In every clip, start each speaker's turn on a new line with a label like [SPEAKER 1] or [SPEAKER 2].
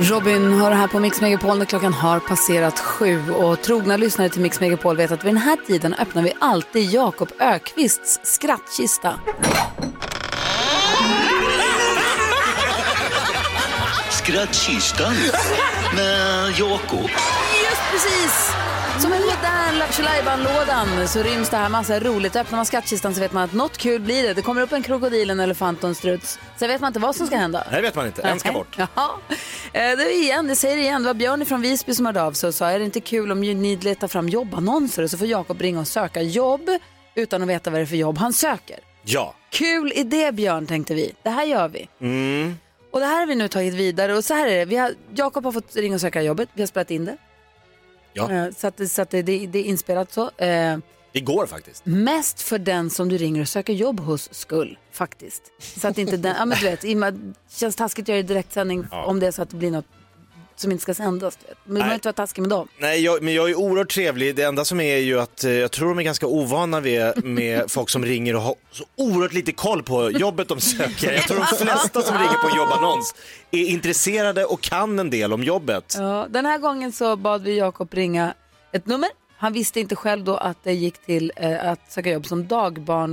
[SPEAKER 1] Robin har det här på Mix Megapol när klockan har passerat sju och trogna lyssnare till Mix Megapol vet att vid den här tiden öppnar vi alltid Jakob Ökvists skrattkista.
[SPEAKER 2] Skrattkistan med Jakob.
[SPEAKER 1] Just precis! Som en modern Lattjo-lajban-lådan så ryms det här massa roligt. Öppnar man skattkistan så vet man att något kul blir det. Det kommer upp en krokodil, en elefant och en struts. Sen vet man inte vad som ska hända.
[SPEAKER 3] Nej, det vet man inte. En ska
[SPEAKER 1] Nej.
[SPEAKER 3] bort.
[SPEAKER 1] Jaha. Eh, Det, är igen, det säger igen, det var Björn från Visby som hörde av sig och sa är det inte kul om ni letar fram jobbannonser och så får Jakob ringa och söka jobb utan att veta vad det är för jobb han söker.
[SPEAKER 3] Ja.
[SPEAKER 1] Kul idé Björn tänkte vi, det här gör vi.
[SPEAKER 3] Mm.
[SPEAKER 1] Och det här har vi nu tagit vidare och så här är det, vi har, Jakob har fått ringa och söka jobbet, vi har spelat in det.
[SPEAKER 3] Ja.
[SPEAKER 1] Eh, Så, att, det- så att det, det, det är inspelat så. Eh,
[SPEAKER 3] Det går faktiskt.
[SPEAKER 1] Mest för den som du ringer och söker jobb hos skull, faktiskt. Så att inte den, ja men du vet, i och med att det känns taskigt att göra det i direktsändning om det är så att det blir något som inte ska sändas. Du vet. Men man
[SPEAKER 3] Nej.
[SPEAKER 1] vill inte vara taskig med dem.
[SPEAKER 3] Nej, jag, men jag är oerhört trevlig. Det enda som är ju att eh, jag tror de är ganska ovana vid, med folk som ringer och har så oerhört lite koll på jobbet de söker. Jag tror de flesta som ringer på en jobbannons är intresserade och kan en del om jobbet.
[SPEAKER 1] Ja, den här gången så bad vi Jakob ringa ett nummer. Han visste inte själv då att det gick till eh, att söka jobb som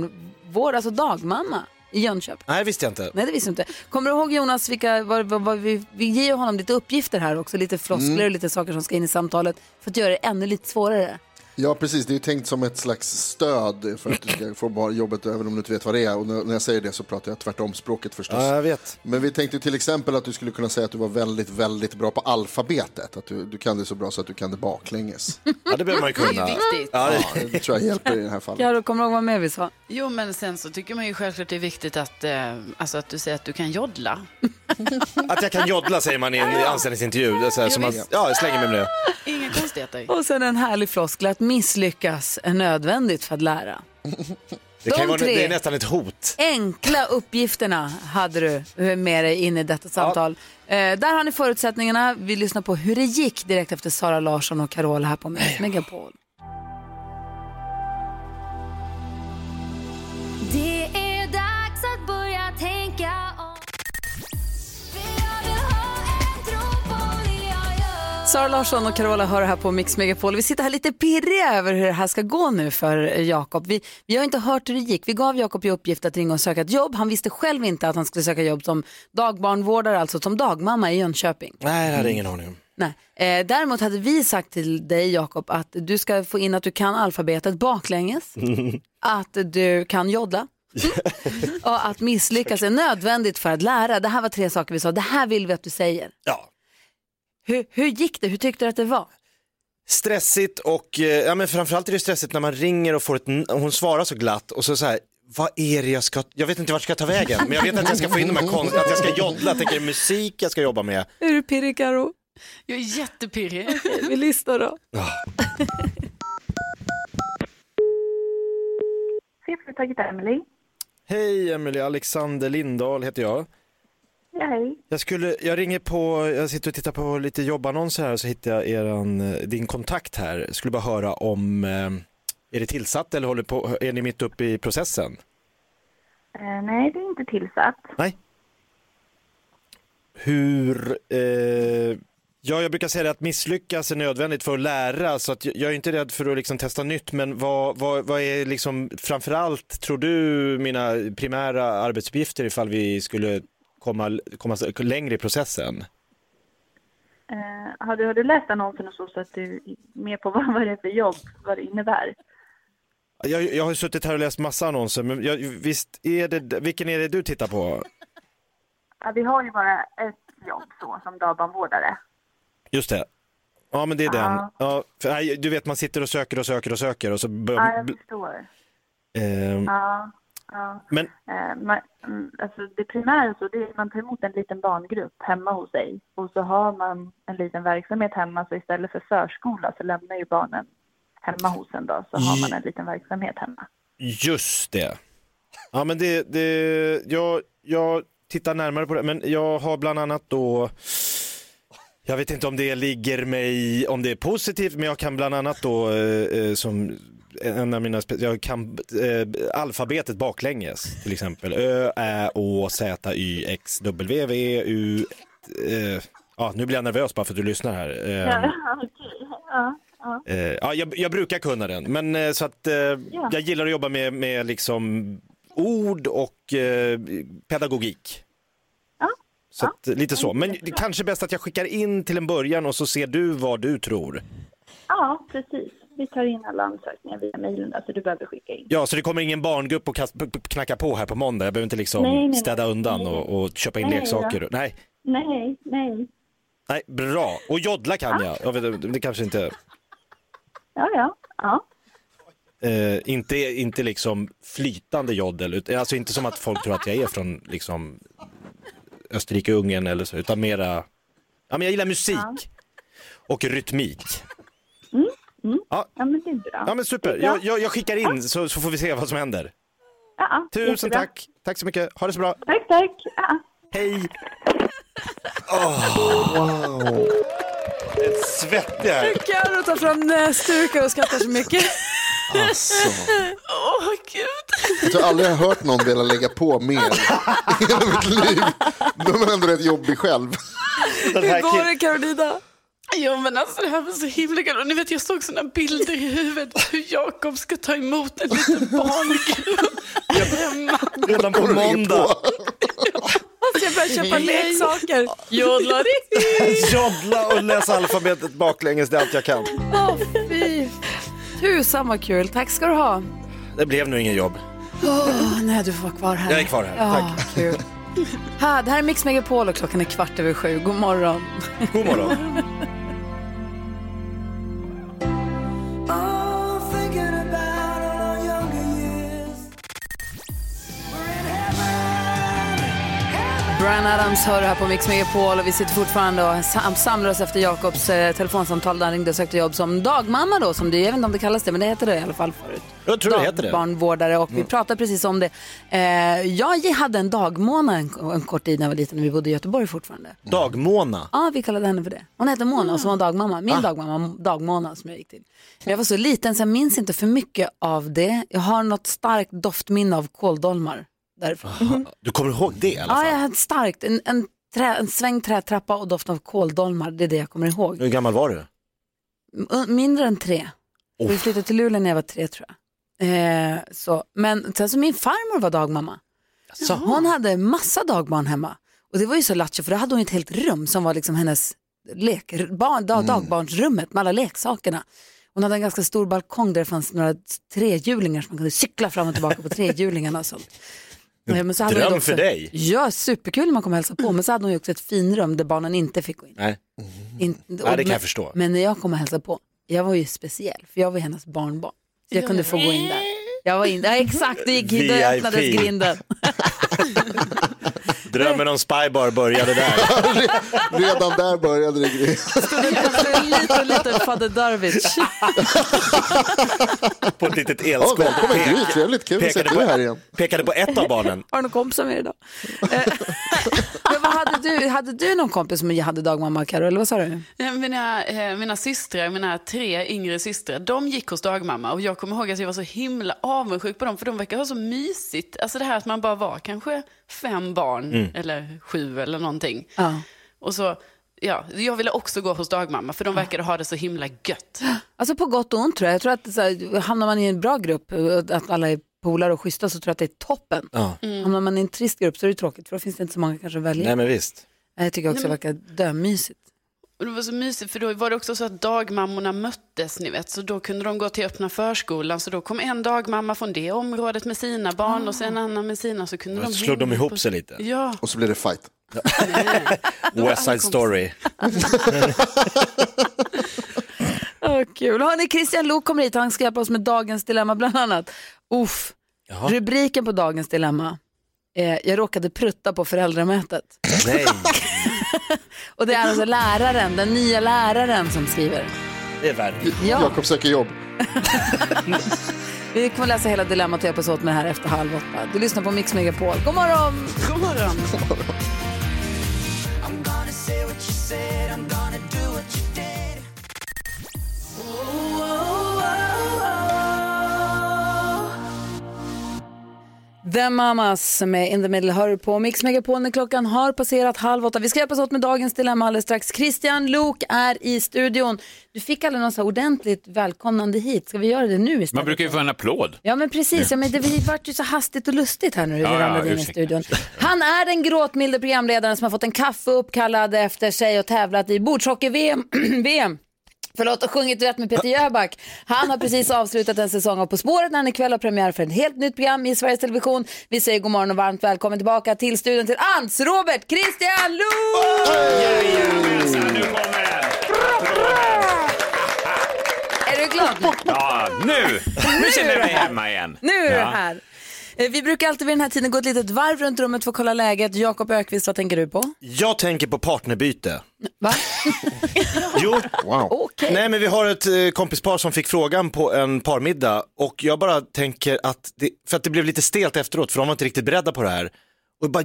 [SPEAKER 1] dagbarnvård, alltså dagmamma i Jönköping.
[SPEAKER 3] Nej, visste jag inte.
[SPEAKER 1] Nej, det visste du inte. Kommer du ihåg Jonas, vilka, vad, vad, vad, vi, vi ger ju honom lite uppgifter här också, lite floskler och lite saker som ska in i samtalet för att göra det ännu lite svårare.
[SPEAKER 4] Ja, precis. Det är ju tänkt som ett slags stöd för att du ska få bara jobbet även om du inte vet vad det är. Och när när jag säger det så pratar jag tvärtom språket förstås.
[SPEAKER 3] Ja, jag vet.
[SPEAKER 4] Men vi tänkte till exempel att du skulle kunna säga att du var väldigt, väldigt bra på alfabetet. Att du, du kan det så bra så att du kan det baklänges.
[SPEAKER 3] Ja, det behöver man ju
[SPEAKER 5] Det
[SPEAKER 3] kunna.
[SPEAKER 5] är viktigt.
[SPEAKER 3] Ja, det,
[SPEAKER 4] Det tror jag hjälper i det här fallet.
[SPEAKER 1] Carro, kommer du ihåg vad mer vi sa?
[SPEAKER 5] Jo, men sen så tycker man ju självklart det är viktigt att, eh, alltså att du säger att du kan joddla.
[SPEAKER 3] att jag kan joddla säger man i en anställningsintervju. Det är så här, som man, ja, jag slänger mig med det.
[SPEAKER 5] Inga konstigheter.
[SPEAKER 1] Och sen en härlig floskel att misslyckas är nödvändigt för att lära.
[SPEAKER 3] Det, kan
[SPEAKER 1] De
[SPEAKER 3] ju vara,
[SPEAKER 1] tre.
[SPEAKER 3] det är nästan ett hot.
[SPEAKER 1] Enkla uppgifterna hade du eh, med dig in i detta samtal. Eh, där har ni förutsättningarna. Vi lyssnar på hur det gick direkt efter Sara Larsson och Carola här på Mix Megapol.
[SPEAKER 6] Det är dags att börja tänka om För jag vill ha en tro på det jag gör
[SPEAKER 1] Sara Larsson och Carola hör här på Mix Megapol. Vi sitter här lite pirriga över hur det här ska gå nu för eh, Jakob. Vi, vi har inte hört hur det gick. Vi gav Jakob i uppgift att ringa och söka ett jobb. Han visste själv inte att han skulle söka jobb som dagbarnvårdare, alltså som dagmamma i Jönköping.
[SPEAKER 3] Nej, det hade jag ingen aning om.
[SPEAKER 1] Nej. Eh, däremot hade vi sagt till dig Jakob att du ska få in att du kan alfabetet baklänges, att du kan joddla och att misslyckas är nödvändigt för att lära. Det här var tre saker vi sa, det här vill vi att du säger.
[SPEAKER 3] Ja.
[SPEAKER 1] Hur, hur gick det? Hur tyckte du att det var?
[SPEAKER 3] stressigt och eh, ja, men framförallt är det stressigt när man ringer och får ett, n- hon svarar så glatt och så så här, vad är det jag ska, jag vet inte vart jag ska ta vägen, men jag vet att jag ska få in de här konsterna, att jag ska joddla, att det är musik jag ska jobba med.
[SPEAKER 1] Är du pirrig Karo?
[SPEAKER 5] Jag är jättepirrig.
[SPEAKER 1] Vi lyssnar då.
[SPEAKER 7] Chefföretaget Emily.
[SPEAKER 3] Hej Emily, Alexander Lindahl heter jag.
[SPEAKER 7] Ja, hej.
[SPEAKER 3] Jag, skulle, jag ringer på, jag sitter och tittar på lite jobbannonser här och så hittar jag eran, eh, din kontakt här. Jag skulle bara höra om, eh, är det tillsatt eller håller på, är ni mitt uppe i processen?
[SPEAKER 7] Eh, nej, det är inte tillsatt.
[SPEAKER 3] Nej. Hur... Eh, ja, jag brukar säga det att misslyckas är nödvändigt för att lära, så att jag- jag är inte rädd för att liksom testa nytt, men vad, vad, vad är liksom framförallt, tror du, mina primära arbetsuppgifter ifall vi skulle komma, komma s- längre i processen?
[SPEAKER 7] Eh, har, du, har du läst annonsen och så, så att du är med på vad, vad det är för jobb, vad det innebär?
[SPEAKER 3] Jag, jag har ju suttit här och läst massa annonser, men jag, visst är det, vilken är det du tittar på?
[SPEAKER 7] Ja, vi har ju bara ett jobb så, som dagbarnvårdare.
[SPEAKER 3] Just det. Ja, men det är den. Ja, för, nej, du vet, man sitter och söker och söker och söker och så
[SPEAKER 7] Ja,
[SPEAKER 3] börjar...
[SPEAKER 7] jag förstår.
[SPEAKER 3] Ehm,
[SPEAKER 7] Ja. Ja.
[SPEAKER 3] Men
[SPEAKER 7] Eh, man, mm, alltså det primära så det är att man tar emot en liten barngrupp hemma hos sig och så har man en liten verksamhet hemma så istället för förskola så lämnar ju barnen hemma hos en då så har man en liten verksamhet hemma.
[SPEAKER 3] Just det. Ja, men det, det jag, jag tittar närmare på det, men jag har bland annat då jag vet inte om det ligger mig, om det är positivt, men jag kan bland annat då eh, eh, som en av mina, spe- jag kan eh, alfabetet baklänges till exempel. Ö, Ä, Å, Z, Y, X, W, V, E, U. Eh, ja, nu blir jag nervös bara för att du lyssnar här. Eh,
[SPEAKER 7] Ja.
[SPEAKER 3] Eh, ja, jag, jag brukar kunna den, men eh, så att eh, jag gillar att jobba med, med liksom ord och eh, pedagogik.
[SPEAKER 7] Ja,
[SPEAKER 3] Så att, eh, lite så, men det kanske är bäst att jag skickar in till en början och så ser du vad du tror.
[SPEAKER 7] ja, precis. Vi tar in alla ansökningar via mejlen där, så du behöver skicka in.
[SPEAKER 3] Ja, så det kommer ingen barngrupp och kast, p- p- knacka på här på måndag. Jag behöver inte liksom
[SPEAKER 7] Nej, nej, nej.
[SPEAKER 3] städa undan och, och köpa in
[SPEAKER 7] Nej,
[SPEAKER 3] leksaker. Nej,
[SPEAKER 7] Nej, nej.
[SPEAKER 3] nej, bra. Och joddla kan jag. jag vet, det kanske inte,
[SPEAKER 7] Ja, ja. ja.
[SPEAKER 3] eh, inte, inte liksom flytande joddel, ut- alltså inte som att folk tror att jag är från liksom Österrike, Ungern eller så, utan mera, ja men jag gillar musik och rytmik. Ja,
[SPEAKER 7] Ja, men det är bra.
[SPEAKER 3] ja men super, jag, jag, jag skickar in så, så får vi se vad som händer.
[SPEAKER 7] Ja, ja,
[SPEAKER 3] Tusen
[SPEAKER 7] jättebra.
[SPEAKER 3] tack, tack så mycket, ha det så bra,
[SPEAKER 7] Tack, tack. Ja, ja.
[SPEAKER 3] hej! Wow! Svettig här.
[SPEAKER 1] Carro tar fram näsdukar och skrattar så mycket.
[SPEAKER 4] Alltså.
[SPEAKER 5] Åh, gud.
[SPEAKER 4] Jag tror aldrig jag har hört någon vilja lägga på mer i hela mitt liv. Då är man ändå rätt jobbig själv.
[SPEAKER 3] Den här
[SPEAKER 1] Hur går
[SPEAKER 3] killen-
[SPEAKER 1] det Karolina?
[SPEAKER 5] Jo, men alltså det här var så himla kul. Och ni vet, jag såg sådana bilder i huvudet hur Jakob ska ta emot en liten barngrupp hemma.
[SPEAKER 3] redan på måndag.
[SPEAKER 1] Alltså jag börjar köpa leksaker.
[SPEAKER 5] Jodlar
[SPEAKER 3] Joddla och läsa alfabetet baklänges, det är allt jag kan.
[SPEAKER 1] Åh fy. Tusan vad kul. Tack ska du ha.
[SPEAKER 3] Det blev nu ingen jobb.
[SPEAKER 1] Åh, nej, du får vara kvar här.
[SPEAKER 3] Jag är kvar här,
[SPEAKER 1] Ja, kul. Ha, det här är Mix Megapol och klockan är kvart över sju. God morgon.
[SPEAKER 3] God morgon.
[SPEAKER 1] Brian Adams hör här på Mix Megapol och vi sitter fortfarande och sam- samlar oss efter Jakobs eh, telefonsamtal där han ringde och sökte jobb som dagmamma då, som det, jag vet inte om det kallas det, men det heter det i alla fall förut.
[SPEAKER 3] Jag tror det heter det. Mm.
[SPEAKER 1] Barnvårdare och vi pratade precis om det. Eh, jag hade en dagmåna en, en kort tid när jag var liten när vi bodde i Göteborg fortfarande.
[SPEAKER 3] Dagmåna.
[SPEAKER 1] Ja, vi kallade henne för det. Hon hette
[SPEAKER 3] Ah.
[SPEAKER 1] Mona och som var dagmamma. Min dagmamma, Dagmona som jag gick till. Men jag var så liten så jag minns inte för mycket av det. Jag har något starkt doftminne av kåldolmar därifrån.
[SPEAKER 3] Du kommer ihåg det i Ah, alla
[SPEAKER 1] Ja,
[SPEAKER 3] fall?
[SPEAKER 1] jag hade starkt. En, en, trä, en svängd trätrappa och doften av kåldolmar, det är det jag kommer ihåg.
[SPEAKER 3] Hur gammal var du?
[SPEAKER 1] M- Mindre än tre. Vi flyttade till Luleå när jag var tre tror jag. Eh, så. Men sen så min farmor var dagmamma. Så hon hade massa dagbarn hemma. Och det var ju så lattjo för då hade hon ett helt rum som var liksom hennes lek, barn,
[SPEAKER 3] Mm.
[SPEAKER 1] dag, dagbarnsrummet med alla leksakerna. Hon hade en ganska stor balkong där det fanns några trehjulingar som man kunde cykla fram och tillbaka på trehjulingarna och sånt. Eh, Men så hade hon ju
[SPEAKER 3] dröm
[SPEAKER 1] också-
[SPEAKER 3] för dig.
[SPEAKER 1] Ja, superkul när man kommer hälsa på. Men så hade hon ju också ett finrum där barnen inte fick gå in.
[SPEAKER 3] Mm. Nej.
[SPEAKER 1] In,
[SPEAKER 3] kan jag
[SPEAKER 1] men-
[SPEAKER 3] förstå.
[SPEAKER 1] Men när jag kom och hälsade på, jag var ju speciell, för jag var hennes barnbarn. Så jag kunde få gå in där. Jag var in, ja, exakt, det gick, då öppnades
[SPEAKER 3] VIP.
[SPEAKER 1] grinden.
[SPEAKER 3] Drömmen om Spybar började där.
[SPEAKER 4] Redan där började det grejen.
[SPEAKER 1] En liten, liten fader Darwich.
[SPEAKER 3] På ett litet
[SPEAKER 4] Ja,
[SPEAKER 3] elskåp.
[SPEAKER 4] välkommen
[SPEAKER 3] Pe-
[SPEAKER 4] Gry, trevligt. Kul att se
[SPEAKER 3] pekade,
[SPEAKER 4] dig här igen.
[SPEAKER 3] på, pekade på ett av barnen.
[SPEAKER 1] Har du någon kompis som är idag? Eh, men vad hade du, hade du någon kompis som hade dagmamma, Carro, eller vad sa du?
[SPEAKER 5] Mina, eh, mina systrar, mina tre yngre systrar, de gick hos dagmamma och jag kommer ihåg att jag var så himla avundsjuk på dem för de verkar ha så mysigt. Alltså det här att man bara var kanske fem barn
[SPEAKER 3] Mm.
[SPEAKER 5] eller sju eller någonting.
[SPEAKER 1] Ja.
[SPEAKER 5] Och så, ja, jag ville också gå hos dagmamma för de verkade ha det så himla gött.
[SPEAKER 1] Alltså på gott och ont tror jag. Jag tror att så här, hamnar man i en bra grupp, eh, att alla är polare och schyssta, så tror jag att det är toppen.
[SPEAKER 3] Ja.
[SPEAKER 1] Hamnar man i en trist grupp så är det tråkigt, för då finns det inte så många kanske att välja.
[SPEAKER 3] Nej men visst.
[SPEAKER 1] Nej, Jag tycker också det verkar dömysigt.
[SPEAKER 5] Och det var så mysigt för då var det också så att dagmammorna möttes, ni vet. Så då kunde de gå till öppna förskolan. Så då kom en dagmamma från det området med sina barn och sen en annan med sina. Så kunde de
[SPEAKER 3] Så slog de
[SPEAKER 5] hänga
[SPEAKER 3] ihop
[SPEAKER 5] på-
[SPEAKER 3] sig lite.
[SPEAKER 5] Ja,
[SPEAKER 4] Och så blir det fight.
[SPEAKER 3] West Side Story.
[SPEAKER 1] Oh, kul. Hörni, Christian Lok kommer hit. Han ska hjälpa oss med dagens dilemma bland annat. Uff.
[SPEAKER 3] Jaha.
[SPEAKER 1] Rubriken på dagens dilemma är Jag råkade prutta på föräldramötet.
[SPEAKER 3] Nej,
[SPEAKER 1] Och det är alltså läraren, den nya läraren som skriver.
[SPEAKER 3] det är värre.
[SPEAKER 1] Ja,
[SPEAKER 4] Jakob söker jobb.
[SPEAKER 1] vi kommer läsa hela dilemmat och hjälpas åt med det här efter halv åtta. Du lyssnar på Mix Megapol. God morgon!
[SPEAKER 5] God morgon.
[SPEAKER 1] The Mamas med In the Middle hör på Mix Megapol när klockan har passerat halv åtta. Vi ska hjälpas åt med dagens dilemma alldeles strax. Christian Lok är i studion. Du fick aldrig något så här ordentligt välkomnande hit. Ska vi göra det nu istället?
[SPEAKER 8] Man brukar ju få en applåd.
[SPEAKER 1] Ja men precis, ja, men det vi vart ju så hastigt och lustigt här nu när
[SPEAKER 8] Ja,
[SPEAKER 1] vi
[SPEAKER 8] ja,
[SPEAKER 1] ramlade in i
[SPEAKER 8] ursäkta.
[SPEAKER 1] studion. Han är den gråtmilde programledaren som har fått en kaffe uppkallad efter sig och tävlat i bordshockey-VM. VM. Förlåt, och sjungit duett med Peter Jöback. Han har precis avslutat en säsong av På spåret när han ikväll har premiär för ett helt nytt program i Sveriges Television. Vi säger god morgon och varmt välkommen tillbaka till studion till Ants, Robert, Christian, Lund!
[SPEAKER 8] Jajamensan, nu kommer den!
[SPEAKER 1] Är du glad nu?
[SPEAKER 8] Ja, nu! Nu känner jag mig hemma igen.
[SPEAKER 1] Nu är du
[SPEAKER 8] Ja.
[SPEAKER 1] här. Eh, Vi brukar alltid vid den här tiden gå ett litet varv runt rummet för att kolla läget. Jakob Ökvist, vad tänker du på?
[SPEAKER 3] Jag tänker på partnerbyte.
[SPEAKER 1] Va?
[SPEAKER 3] Jo,
[SPEAKER 4] Wow.
[SPEAKER 1] Okej.
[SPEAKER 3] nej men vi har ett eh, kompispar som fick frågan på en parmiddag och jag bara tänker att, det, för att det blev lite stelt efteråt för de var inte riktigt beredda på det här. Och bara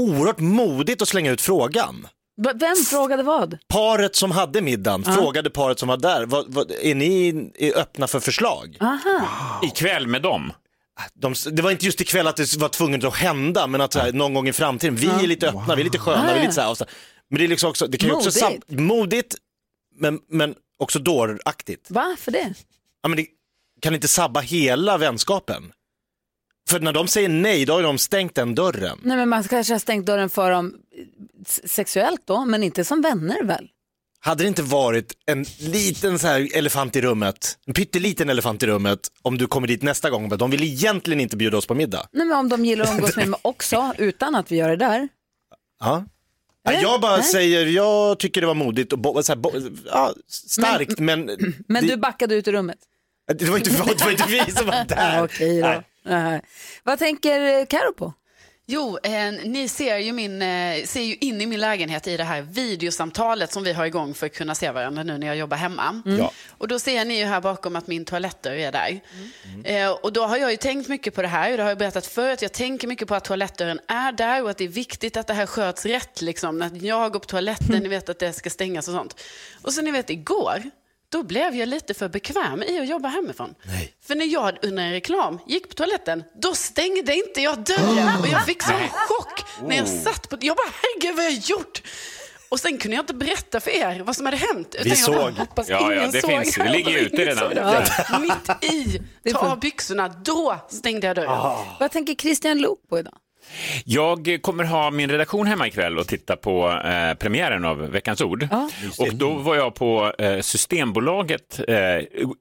[SPEAKER 3] oerhört modigt att slänga ut frågan.
[SPEAKER 1] V- Vem frågade vad?
[SPEAKER 3] Paret som hade middagen frågade paret som var där, vad, vad, är ni är öppna för förslag?
[SPEAKER 8] Ikväll med dem.
[SPEAKER 3] De, det var inte just ikväll att det var tvunget att hända, men att så här, någon gång i framtiden, vi är lite öppna, vi är lite sköna, vi är lite så här, och så, men det är liksom också, det kan ju också, sam,
[SPEAKER 1] Modigt.
[SPEAKER 3] modigt, men, men också dåraktigt.
[SPEAKER 1] Varför det?
[SPEAKER 3] Ja, men det kan inte sabba hela vänskapen. För när de säger nej, då har ju de stängt den dörren.
[SPEAKER 1] Nej, men man kanske har stängt dörren för dem eh, s- sexuellt då, men inte som vänner väl?
[SPEAKER 3] Hade det inte varit en liten så här elefant i rummet, en pytteliten elefant i rummet, om du kommer dit nästa gång, men de vill egentligen inte bjuda oss på middag.
[SPEAKER 1] Nej, men om de gillar att umgås med mig också, utan att vi gör det där.
[SPEAKER 3] Ja. Ja, jag bara
[SPEAKER 1] Nej.
[SPEAKER 3] säger, jag tycker det var modigt och bo- så här, bo- ja, starkt, men,
[SPEAKER 1] Men
[SPEAKER 3] det,
[SPEAKER 1] du backade ut ur rummet?
[SPEAKER 3] det, var inte, det var inte vi som var där.
[SPEAKER 1] Ah, Okej då.
[SPEAKER 3] Nej.
[SPEAKER 1] Nej. Vad tänker eh, Karo på?
[SPEAKER 5] Jo, eh, ni ser ju, min, eh, ser ju in i min lägenhet i det här videosamtalet som vi har igång för att kunna se varandra nu när jag jobbar hemma.
[SPEAKER 3] Ja.
[SPEAKER 5] Och då ser ni ju här bakom att min toalettdörr är där.
[SPEAKER 3] Mm.
[SPEAKER 5] Eh, och då har jag ju tänkt mycket på det här och det har jag berättat förut. jag tänker mycket på att toalettdörren är där och att det är viktigt att det här sköts rätt. Liksom. Att jag går på toaletten, ni vet att det ska stängas och sånt. Och så ni vet igår, då blev jag lite för bekväm i att jobba hemifrån. För när jag under en reklam gick på toaletten, då stängde inte jag
[SPEAKER 3] Oh.
[SPEAKER 5] dörren. Och jag fick sån chock när jag satt på... Jag bara, herregud vad har jag gjort? Och sen kunde jag inte berätta för er vad som hade hänt. Utan
[SPEAKER 3] Vi
[SPEAKER 5] jag bara,
[SPEAKER 3] såg.
[SPEAKER 5] hoppas
[SPEAKER 8] Ja, ja,
[SPEAKER 5] ingen
[SPEAKER 8] det
[SPEAKER 5] såg
[SPEAKER 8] finns. Det
[SPEAKER 5] här.
[SPEAKER 8] ligger ju ute
[SPEAKER 5] Ingen
[SPEAKER 8] redan.
[SPEAKER 5] såg det.
[SPEAKER 8] Ja.
[SPEAKER 5] Mitt i,
[SPEAKER 1] Det
[SPEAKER 5] ta
[SPEAKER 1] får-
[SPEAKER 5] av byxorna, då stängde jag dörren.
[SPEAKER 1] Vad tänker Christian Lok på idag?
[SPEAKER 8] Jag kommer ha min redaktion hemma ikväll och titta på eh, premiären av Veckans ord. Och då var jag på eh, Systembolaget. Eh,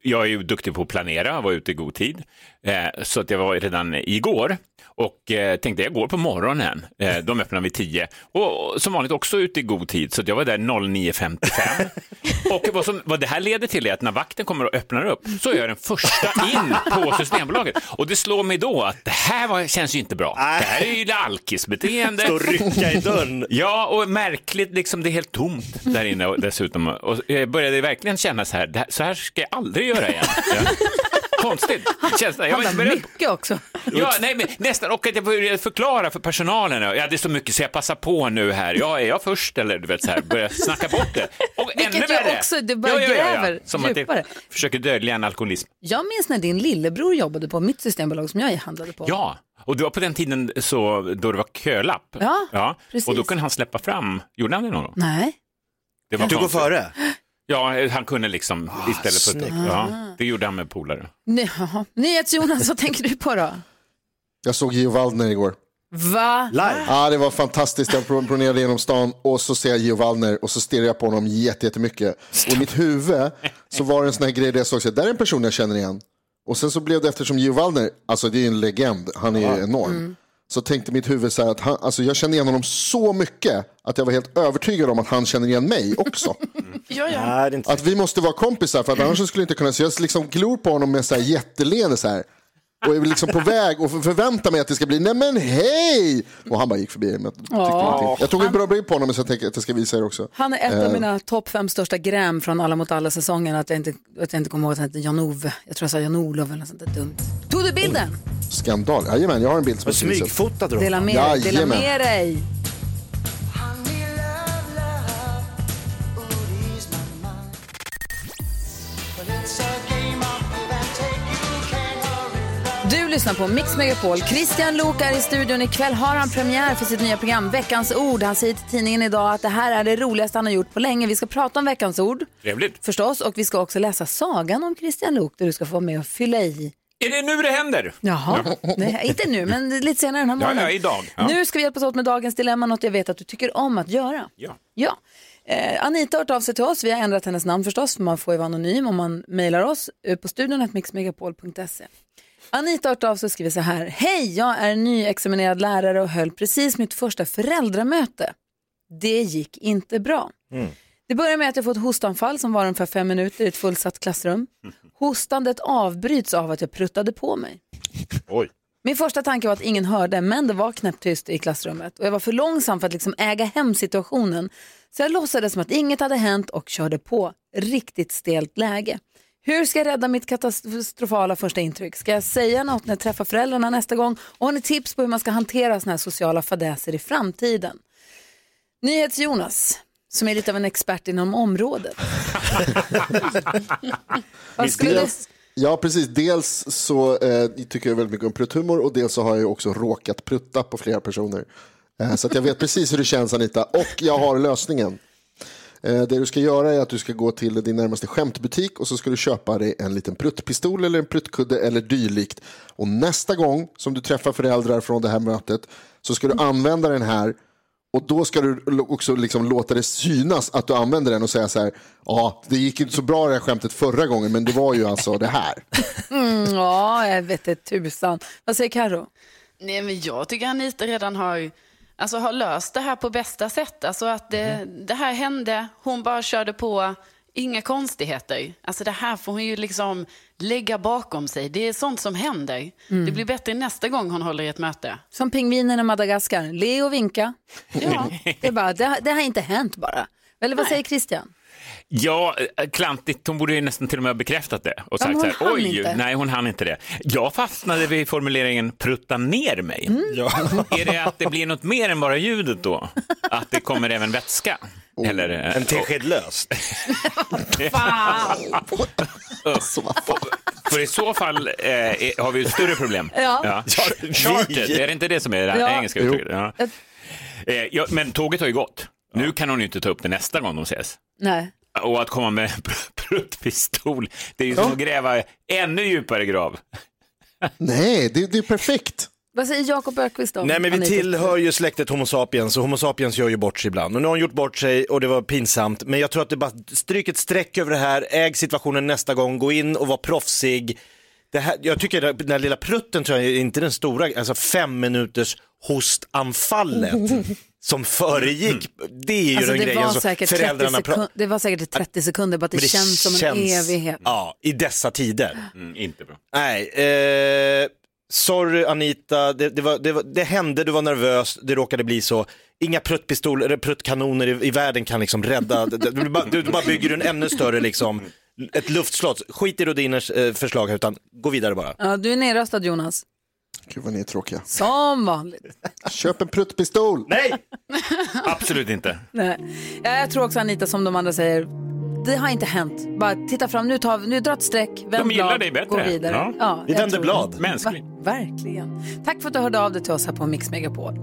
[SPEAKER 8] jag är ju duktig på att planera, var ute i god tid. Eh, så att jag var redan igår och eh, tänkte jag går på morgonen. Eh, de öppnar vid 10 och, och som vanligt också ute i god tid. Så att jag var där 09.55. och vad, som, vad det här leder till är att när vakten kommer och öppnar upp så är jag den första in på Systembolaget. Och det slår mig då att det här var, känns ju inte bra. Det här är ju alkisbeteende.
[SPEAKER 3] Stå och rycka i dörren.
[SPEAKER 8] Ja, och märkligt, liksom, det är helt tomt där inne och dessutom. Och jag började verkligen känna så här, det här så här ska jag aldrig göra igen. Ja. Konstigt. Känns det, jag var inte
[SPEAKER 1] Handlar
[SPEAKER 8] beredd.
[SPEAKER 1] mycket också.
[SPEAKER 8] Ja, nej, men nästan, och att jag började förklara för personalen, ja, det är så mycket så jag passar på nu här, ja, är jag först eller du vet så här, börjar snacka bort det. Och
[SPEAKER 1] Vilket
[SPEAKER 8] ännu
[SPEAKER 1] ju
[SPEAKER 8] värre.
[SPEAKER 1] också, du bara gräver
[SPEAKER 8] Som att
[SPEAKER 1] djupare.
[SPEAKER 8] jag försöker dölja en alkoholism.
[SPEAKER 1] Jag minns när din lillebror jobbade på mitt systembolag som jag handlade på.
[SPEAKER 8] Ja, och det var på den tiden så, då det var kölapp.
[SPEAKER 1] Ja, precis.
[SPEAKER 8] Och då kunde han släppa fram, gjorde han det någon gång?
[SPEAKER 1] Nej.
[SPEAKER 8] Det var
[SPEAKER 3] Du går
[SPEAKER 8] konstigt.
[SPEAKER 3] före. Ah,
[SPEAKER 8] Ja, han kunde liksom istället för...
[SPEAKER 3] snyggt.
[SPEAKER 8] Ja, det gjorde han med polare.
[SPEAKER 1] Ny- jaha. NyhetsJonas, vad tänker du på då?
[SPEAKER 4] Jag såg Gio Waldner igår.
[SPEAKER 1] Va?
[SPEAKER 3] Live.
[SPEAKER 4] Ja, det var fantastiskt. Jag pro- promenerade genom stan och så ser jag Gio Wallner och så stirrar jag på honom jätte- jättemycket. Och i mitt huvud så var det en sån här grej där jag såg att där är en person jag känner igen. Och sen så blev det eftersom Gio Wallner, alltså det är ju en legend, han är ju enorm. Så tänkte mitt huvud så här att han, alltså jag känner igen honom så mycket att jag var helt övertygad om att han känner igen mig också.
[SPEAKER 5] Ja, ja.
[SPEAKER 3] Nej, det är inte
[SPEAKER 4] Att vi måste vara kompisar för att annars så skulle jag inte kunna, så jag liksom glor på honom med så här jätteleende så här. Och är väl liksom på väg och förväntar mig att det ska bli, nej men hej! Och han bara gick förbi. Men jag, tyckte ingenting. jag tog en bra bild på honom så jag tänker att jag ska visa er också.
[SPEAKER 9] Han är ett av mina topp fem största gräm från Alla mot alla-säsongen. Att, jag inte- att jag inte kommer ihåg att han hette Jan-Ove. Jag tror jag sa Jan-Olof eller något sånt där dumt. Tog du bilden?
[SPEAKER 4] Skandal. Jajamän, jag har en bild som
[SPEAKER 3] Men
[SPEAKER 4] är skriven.
[SPEAKER 3] smygfotade
[SPEAKER 9] Dela
[SPEAKER 3] de.
[SPEAKER 9] med dig, dela
[SPEAKER 4] Jajamän.
[SPEAKER 9] med dig.
[SPEAKER 1] Du lyssnar på Mix Megapol. Christian Lok är i studion. Ikväll har han premiär för sitt nya program Veckans ord. Han säger till tidningen idag att det här är det roligaste han har gjort på länge. Vi ska prata om Veckans ord
[SPEAKER 8] Trevligt.
[SPEAKER 1] förstås och vi ska också läsa sagan om Christian Lok där du ska få vara med och fylla i.
[SPEAKER 8] Är det nu det händer?
[SPEAKER 1] Jaha, Nej, inte nu men lite senare den här
[SPEAKER 8] Ja,
[SPEAKER 1] morgonen.
[SPEAKER 8] ja idag. Ja.
[SPEAKER 1] Nu ska vi hjälpas åt med dagens dilemma, något jag vet att du tycker om att göra.
[SPEAKER 8] Ja.
[SPEAKER 1] Ja. Eh, Anita har hört av sig till oss, vi har ändrat hennes namn förstås, för man får ju vara anonym om man mejlar oss eh, på studion mixmegapol.se. Anita har hört av sig och skriver så här, hej, jag är nyexaminerad lärare och höll precis mitt första föräldramöte. Det gick inte bra.
[SPEAKER 8] Mm.
[SPEAKER 1] Det börjar med att jag får ett hostanfall som var ungefär fem minuter i ett fullsatt klassrum. Hostandet avbryts av att jag pruttade på mig.
[SPEAKER 8] Oj.
[SPEAKER 1] Min första tanke var att ingen hörde, men det var knäpptyst i klassrummet. Och jag var för långsam för att liksom äga hem situationen. Så jag låtsades som att inget hade hänt och körde på. Riktigt stelt läge. Hur ska jag rädda mitt katastrofala första intryck? Ska jag säga något när jag träffar föräldrarna nästa gång? Och har ni tips på hur man ska hantera såna här sociala fadäser i framtiden? NyhetsJonas, som är lite av en expert inom området. Vad skulle du...
[SPEAKER 4] Dels, ja, precis. Dels så eh, tycker jag väldigt mycket om prutthumor och dels så har jag ju också råkat prutta på flera personer. Eh, så att jag vet precis hur det känns Anita och jag har lösningen. Eh, det du ska göra är att du ska gå till din närmaste skämtbutik och så ska du köpa dig en liten pruttpistol eller en pruttkudde eller dylikt. Och nästa gång som du träffar föräldrar från det här mötet så ska du använda den här och då ska du lo- också liksom låta det synas att du använder den och säga så här, ja, det gick inte så bra det här skämtet förra gången, men det var ju alltså det här.
[SPEAKER 1] Mm, Ja, jag vet det tusan. Vad säger Karo?
[SPEAKER 5] Nej, men jag tycker Anita redan har, alltså, har löst det här på bästa sätt. Alltså att det, det här hände, hon bara körde på, inga konstigheter. Alltså det här får hon ju liksom lägga bakom sig. Det är sånt som händer. Det blir bättre nästa gång hon håller i ett möte.
[SPEAKER 1] Som pingvinen i Madagaskar, le och vinka. Ja. Det, är bara, det, har- det har inte hänt bara. Eller vad säger Christian?
[SPEAKER 8] Ja, eh, klantigt. Hon borde ju nästan till och med ha bekräftat det. Och sagt
[SPEAKER 1] men hon
[SPEAKER 8] så här,
[SPEAKER 1] hann
[SPEAKER 8] Oj,
[SPEAKER 1] inte."
[SPEAKER 8] nej hon hann inte det. Jag fastnade vid formuleringen prutta ner mig.
[SPEAKER 1] Mm.
[SPEAKER 8] Är det att det blir något mer än bara ljudet då? Att det kommer även vätska? Eller, eh,
[SPEAKER 3] En tesked löst.
[SPEAKER 8] För i så fall eh, är- har vi ett större problem.
[SPEAKER 1] Ja.
[SPEAKER 8] Charted, är det inte det som är det
[SPEAKER 1] Ja.
[SPEAKER 8] ja. engelska uttrycket? Ja. Eh, ja, men tåget har ju gått. Nu kan hon ju inte ta upp det nästa gång de ses.
[SPEAKER 1] Nej.
[SPEAKER 8] Och att komma med pr- pruttpistol, det är ju som att gräva ännu djupare grav.
[SPEAKER 4] Nej, det, det är perfekt.
[SPEAKER 1] Vad säger Jakob Ökvist om
[SPEAKER 3] Nej men vi
[SPEAKER 1] Anita?
[SPEAKER 3] tillhör ju släktet Homo sapiens och Homo sapiens gör ju bort sig ibland. Och nu har hon gjort bort sig och det var pinsamt. Men jag tror att det bara stryk ett streck över det här, äg situationen nästa gång, gå in och var proffsig. Det här, jag tycker att den här lilla prutten tror jag är inte den stora, alltså fem minuters hostanfallet som föregick, det är ju
[SPEAKER 1] Alltså,
[SPEAKER 3] den
[SPEAKER 1] det,
[SPEAKER 3] grejen
[SPEAKER 1] var
[SPEAKER 3] som
[SPEAKER 1] säkert 30
[SPEAKER 3] föräldrarna
[SPEAKER 1] sekund,
[SPEAKER 3] pratar
[SPEAKER 1] det var säkert 30 sekunder, bara att det, känns som en evighet.
[SPEAKER 3] Ja, i dessa tider.
[SPEAKER 8] Mm, inte bra.
[SPEAKER 3] Nej, eh, sorry Anita, det, det, var, det, var, det hände, du var nervös, det råkade bli så. Inga pruttpistoler, eller pruttkanoner i, i världen kan liksom rädda, du, du, bara, du bara bygger en ännu större liksom, ett luftslott. Skit i Rodiners eh, förslag här, utan gå vidare bara.
[SPEAKER 1] Ja, du är nedröstad Jonas,
[SPEAKER 4] Gud vad ni är tråkiga.
[SPEAKER 1] som vanligt.
[SPEAKER 4] Köp en pruttpistol.
[SPEAKER 3] Nej!
[SPEAKER 8] Absolut inte.
[SPEAKER 1] Nej. Ja, Jag tror också Anita som de andra säger, det har inte hänt. Bara titta fram, nu, tar, vi- nu dra ett streck, vänd
[SPEAKER 8] De gillar
[SPEAKER 1] blad,
[SPEAKER 8] dig bättre.
[SPEAKER 1] gå vidare.
[SPEAKER 8] Ja.
[SPEAKER 3] Vi
[SPEAKER 1] jag
[SPEAKER 3] vänder
[SPEAKER 1] tror
[SPEAKER 3] blad.
[SPEAKER 1] det.
[SPEAKER 8] Mänskligt.
[SPEAKER 1] Va- Verkligen. Tack för att du hörde av dig till oss här på Mix Megapol.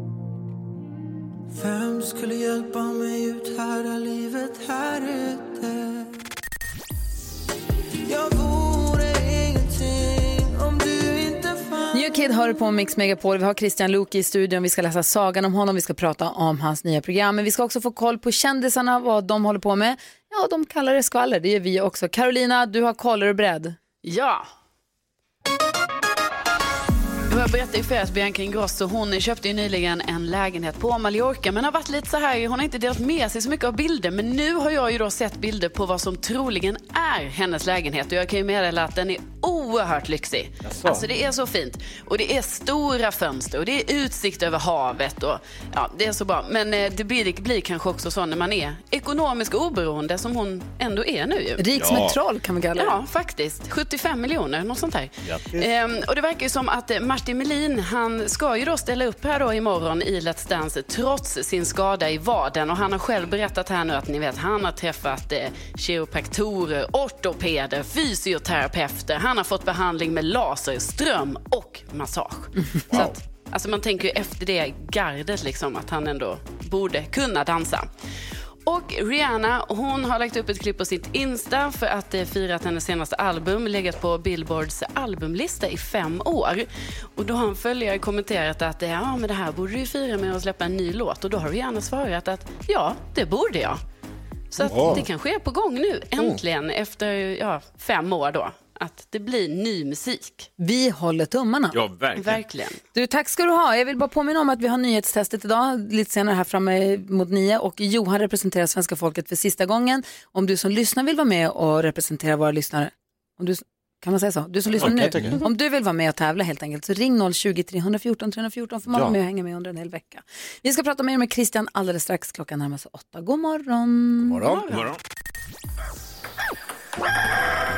[SPEAKER 1] New Kid hör på Mix Megapol. Vi har Christian Luuk i studion. Vi ska läsa sagan om honom. Vi ska prata om hans nya program. Men vi ska också få koll på kändisarna, vad de håller på med. Ja, de kallar det skvaller. Det gör vi också. Carolina, du har koll. Är du beredd?
[SPEAKER 5] Ja. Och Jag berättade ju för er att Bianca Ingrosso hon köpte ju nyligen en lägenhet på Mallorca men har varit lite så här, hon har inte delat med sig så mycket av bilder men nu har jag ju då sett bilder på vad som troligen är hennes lägenhet och jag kan ju meddela att den är oerhört lyxig. Alltså det är så fint. Och det är stora fönster och det är utsikt över havet. Och, ja, det är så bra. Men eh, det blir, blir kanske också så när man är ekonomiskt oberoende som hon ändå är nu ju.
[SPEAKER 1] Rik som ett troll kan man kalla det.
[SPEAKER 5] Ja, faktiskt. 75 miljoner, något sånt där. Ehm, och det verkar ju som att eh, Martin Melin, han ska ju då ställa upp här då imorgon i Let's Dance trots sin skada i vaden. Och han har själv berättat här nu att ni vet, han har träffat eh, kiropraktorer, ortopeder, fysioterapeuter. Han har fått behandling med laser, ström och massage. Så att, alltså man tänker ju efter det gardet liksom att han ändå borde kunna dansa. Och Rihanna, hon har lagt upp ett klipp på sitt Insta för att eh, fira att hennes senaste album legat på Billboards albumlista i fem år. Och då har en följare kommenterat att eh, ja, men det här borde du ju fira med att släppa en ny låt. Och då har Rihanna svarat att ja, det borde jag. Så att det kanske är på gång nu, äntligen, efter ja, fem år då. Att det blir ny musik.
[SPEAKER 1] Vi håller tummarna.
[SPEAKER 8] Ja, verkligen.
[SPEAKER 5] Verkligen.
[SPEAKER 1] Du, tack ska du ha. Jag vill bara påminna om att vi har nyhetstestet idag, lite senare här framme mot nio. Och Johan representerar svenska folket för sista gången. Om du som lyssnar vill vara med och representera våra lyssnare, om du, kan man säga så? Du som lyssnar
[SPEAKER 3] Ja, jag
[SPEAKER 1] nu,
[SPEAKER 3] tycker.
[SPEAKER 1] om du vill vara med och tävla helt enkelt, så ring 020-314 314 för man
[SPEAKER 3] Ja.
[SPEAKER 1] ja. med och hänga med under en hel vecka. Vi ska prata mer med Christian alldeles strax, klockan närmar sig åtta. God morgon!
[SPEAKER 4] Morgon.
[SPEAKER 8] God morgon.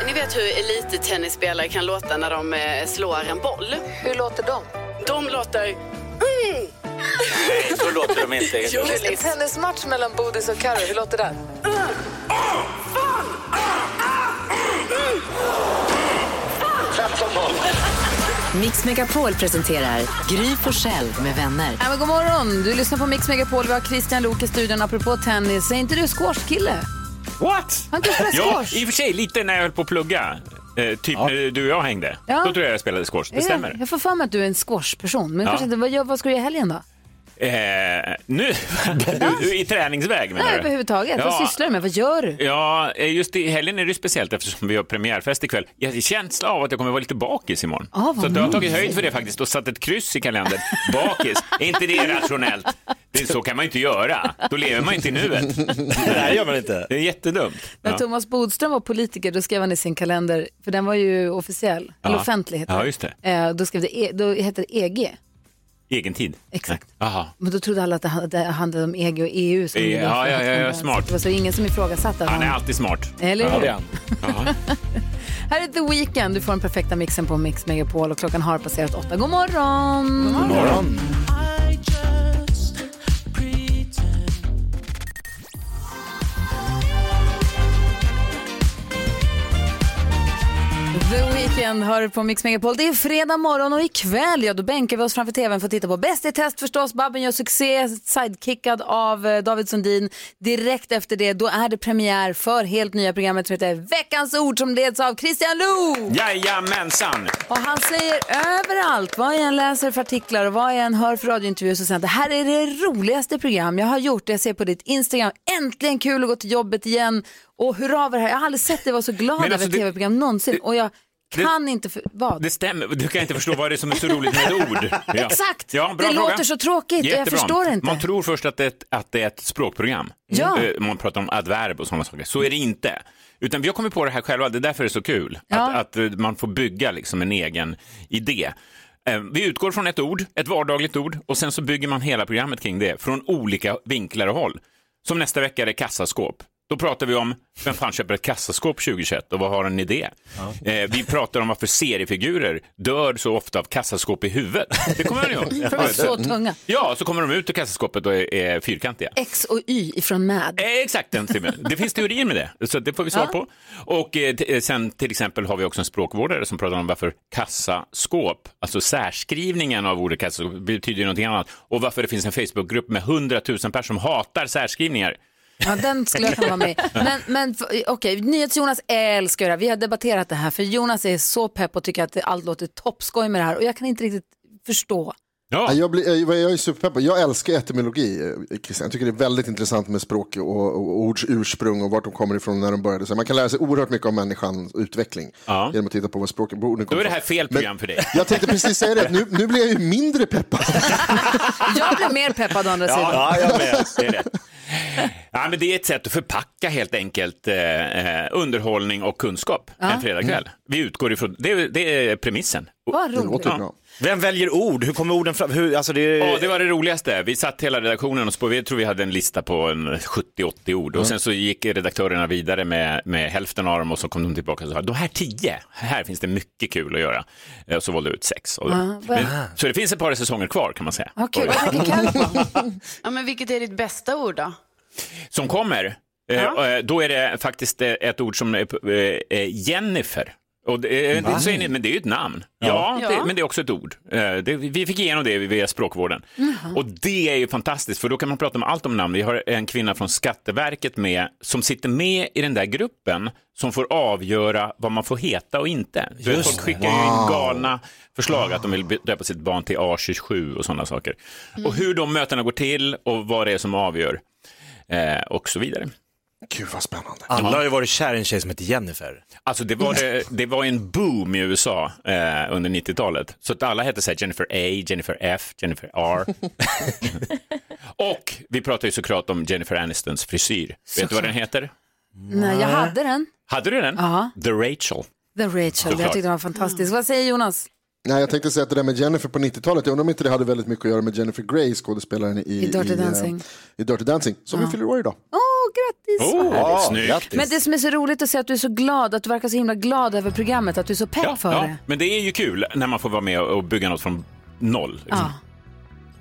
[SPEAKER 5] Ni vet hur elittennisspelare kan låta när de eh, slår en boll?
[SPEAKER 1] Hur låter de?
[SPEAKER 5] De låter... mm.
[SPEAKER 10] Så låter de inte.
[SPEAKER 1] En tennismatch mellan Bodis och Karo, hur låter den?
[SPEAKER 11] Mix Megapol presenterar Gry Forssell med vänner.
[SPEAKER 1] Ja, men god morgon! Du lyssnar på Mix Megapol. Vi har Christian Lok i studion. Apropå tennis, är inte du squashkille?
[SPEAKER 8] What?
[SPEAKER 1] Han kan spela
[SPEAKER 8] Ja,
[SPEAKER 1] squash.
[SPEAKER 8] i och för sig lite när jag höll på att plugga. Eh, typ när du och jag hängde.
[SPEAKER 1] Ja.
[SPEAKER 8] Då tror jag jag spelade squash, det
[SPEAKER 1] Är
[SPEAKER 8] stämmer.
[SPEAKER 1] Jag får för mig att du är en squashperson. Men
[SPEAKER 8] Ja.
[SPEAKER 1] kanske inte, vad, gör- vad ska du göra i helgen då?
[SPEAKER 8] Eh, nu, du, du, i träningsväg menar
[SPEAKER 1] Nej,
[SPEAKER 8] du?
[SPEAKER 1] överhuvudtaget. Vad sysslar du med? Vad gör du?
[SPEAKER 8] Ja, eh, just i helgen är det speciellt eftersom vi har premiärfest ikväll. Jag har en känsla av att jag kommer vara lite bakis imorgon.
[SPEAKER 1] Ah, vad
[SPEAKER 8] så att jag har tagit
[SPEAKER 1] mysigt.
[SPEAKER 8] höjd för det faktiskt och satt ett kryss i kalendern. Bakis, är inte det rationellt? Det, så kan man ju inte göra. Då lever man ju inte i nuet.
[SPEAKER 3] Nej, gör man inte.
[SPEAKER 8] Det är jättedumt.
[SPEAKER 1] När Thomas Bodström var politiker då skrev han i sin kalender, för den var ju officiell, eller
[SPEAKER 8] Ja.
[SPEAKER 1] offentlig heter
[SPEAKER 8] Ja,
[SPEAKER 1] det.
[SPEAKER 8] just det.
[SPEAKER 1] Eh, Då, skrev det e, då hette det EG.
[SPEAKER 8] Egen tid.
[SPEAKER 1] Exakt.
[SPEAKER 8] Jaha.
[SPEAKER 1] Men då trodde alla att det hand- det handlade om EG och EU. Som
[SPEAKER 8] Ja,
[SPEAKER 1] det var
[SPEAKER 8] E- ja,
[SPEAKER 1] för-
[SPEAKER 8] ja, ja, smart.
[SPEAKER 1] Det var så ingen som ifrågasatte. att
[SPEAKER 8] Han är
[SPEAKER 1] han-
[SPEAKER 8] alltid smart.
[SPEAKER 1] Eller
[SPEAKER 8] Ja,
[SPEAKER 1] hur?
[SPEAKER 8] det är han. Jaha.
[SPEAKER 1] Här är The Weeknd. Du får den perfekta mixen på Mix Megapol och klockan har passerat åtta. God morgon!
[SPEAKER 4] Morgon.
[SPEAKER 1] The Weeknd hör på Mix Megapol. Det är fredag morgon och ikväll ja, då bänkar vi oss framför tvn för att titta på Bäst i test förstås. Babben gör succé, sidekickad av eh, David Sundin. Direkt efter det, då är det premiär för helt nya programmet som heter Veckans ord som leds av Christian Lok.
[SPEAKER 8] Jajamensan!
[SPEAKER 1] Och han säger överallt, vad jag än läser för artiklar och vad jag än hör för radiointervjuer så säger han det här är det roligaste program jag har gjort. Jag ser på ditt Instagram, äntligen kul att gå till jobbet igen och hurra för det här. Jag har aldrig sett dig vara så glad
[SPEAKER 8] Men
[SPEAKER 1] över
[SPEAKER 8] alltså
[SPEAKER 1] ett
[SPEAKER 8] det-
[SPEAKER 1] tv-program någonsin och jag kan inte, för, vad?
[SPEAKER 8] Det stämmer. Du kan inte förstå vad det är som är så roligt med ett ord. Ja.
[SPEAKER 1] Exakt.
[SPEAKER 8] Ja, bra
[SPEAKER 1] Det
[SPEAKER 8] fråga.
[SPEAKER 1] låter så tråkigt och jag förstår inte.
[SPEAKER 8] Man tror först att det är ett, att det är ett språkprogram.
[SPEAKER 1] Ja.
[SPEAKER 8] Eh, Man pratar om adverb och sådana saker. Så är det inte. Utan vi har kommit på det här själva. Det är därför det är så kul.
[SPEAKER 1] Ja.
[SPEAKER 8] Att, att eh, man får bygga liksom en egen idé. Eh, Vi utgår från ett ord, ett vardagligt ord, och sen så bygger man hela programmet kring det från olika vinklar och håll. Som nästa vecka är det kassaskåp. Då pratar vi om vem fan köper ett kassaskåp 2021 och vad har en idé? Eh, vi pratar om varför seriefigurer dör så ofta av kassaskåp i huvudet. Det kommer ni ihåg?
[SPEAKER 1] För de är så tunga.
[SPEAKER 8] Ja, så kommer de ut ur kassaskåpet och är, är fyrkantiga.
[SPEAKER 1] X och Y ifrån Mad.
[SPEAKER 8] Eh, Exakt den timmen. Det finns teorier med det, så det får vi svar på. Och eh, t- eh, sen till exempel har vi också en språkvårdare som pratar om varför kassaskåp, alltså särskrivningen av ordet kassaskåp, betyder ju någonting annat. Och varför det finns en Facebookgrupp med 100 000 personer som hatar särskrivningar.
[SPEAKER 1] Ja, den skulle jag kunna vara med i. Men, men f- okej, NyhetsJonas älskar det här. Vi har debatterat det här för Jonas är så pepp och tycker att det- allt låter toppskoj med det här och jag kan inte riktigt förstå.
[SPEAKER 8] Ja,
[SPEAKER 4] Jag, blir, jag, jag är superpeppad. Jag älskar etymologi, eh, Christian. Jag tycker det är väldigt intressant med språk och, och ords ursprung och vart de kommer ifrån när de började. Så man kan lära sig oerhört mycket om människans utveckling
[SPEAKER 8] Ja.
[SPEAKER 4] genom att titta på vad språken på orden
[SPEAKER 8] då
[SPEAKER 4] kommer
[SPEAKER 8] är det här fel
[SPEAKER 4] Men-
[SPEAKER 8] program för dig.
[SPEAKER 4] Jag tänkte precis säga det, att nu, nu blir jag ju mindre peppad.
[SPEAKER 1] Jag blir mer peppad å andra sidan.
[SPEAKER 8] Ja,
[SPEAKER 3] Ja, jag med.
[SPEAKER 8] det är rätt. Ja, men det är ett sätt att förpacka helt enkelt eh, eh, underhållning och kunskap en fredagkväll. Vi utgår ifrån, det, är- det är premissen.
[SPEAKER 1] Vad
[SPEAKER 4] Det låter
[SPEAKER 1] roligt.
[SPEAKER 4] ju bra.
[SPEAKER 3] Vem väljer ord? Hur kommer orden fram? Hur, alltså det är...
[SPEAKER 8] Ja, det var det roligaste. Vi satt hela redaktionen och spår, vi tror vi hade en lista på en 70-80 ord och sen så gick redaktörerna vidare med, med hälften av dem och så kom de tillbaka och sa de här tio, här finns det mycket kul att göra. Eh, Och så valde vi ut sex. av dem. Men, så det finns ett par säsonger kvar kan man säga.
[SPEAKER 1] Vad kul. Vad tänker Carro på?
[SPEAKER 5] Ja, men vilket är ditt bästa ord då?
[SPEAKER 8] Som kommer, eh,
[SPEAKER 5] Ja.
[SPEAKER 8] eh, då är det faktiskt eh, ett ord som är på- eh, eh, Jennifer. Och det, eh, det, så är ni, men det är ju ett namn. Ja,
[SPEAKER 5] Ja.
[SPEAKER 8] Det, men det är också ett ord. Eh, Det, vi fick igenom det via språkvården. Och det är ju fantastiskt, för då kan man prata om allt om namn. Vi har en kvinna från Skatteverket med, som sitter med i den där gruppen som får avgöra vad man får heta och inte. För folk skickar ju in galna förslag att de vill by- döpa sitt barn till A27 och sådana saker. Och hur de mötena går till och vad det är som avgör eh, och så vidare.
[SPEAKER 4] Gud vad spännande.
[SPEAKER 3] Alla har ju varit kär i en tjej som heter Jennifer.
[SPEAKER 8] Alltså det var, det, det var en boom i USA eh, under 90-talet. Så att alla hette så här Jennifer A, Jennifer F, Jennifer R. och vi pratar ju såklart om Jennifer Anistons frisyr. Vet du vad den heter?
[SPEAKER 1] Nej, jag hade den.
[SPEAKER 8] Hade du den? The Rachel.
[SPEAKER 1] The Rachel, jag tyckte den var fantastisk. Vad säger Jonas?
[SPEAKER 4] Nej, jag tänkte säga att det där med Jennifer på 90-talet, jag undrar om inte det hade väldigt mycket att göra med Jennifer Grey, skådespelaren i,
[SPEAKER 1] I Dirty
[SPEAKER 4] eh,
[SPEAKER 1] Dancing.
[SPEAKER 4] I Dirty Dancing, som ju fyller år idag.
[SPEAKER 1] Åh, grattis!
[SPEAKER 8] Oh,
[SPEAKER 3] Ja,
[SPEAKER 8] snyggt.
[SPEAKER 3] grattis.
[SPEAKER 1] Men det som är så roligt att se att du är så glad, att du verkar så himla glad över programmet, att du är så pepp
[SPEAKER 8] Ja,
[SPEAKER 1] för
[SPEAKER 8] ja,
[SPEAKER 1] det.
[SPEAKER 8] men det är ju kul när man får vara med och bygga något från noll. liksom.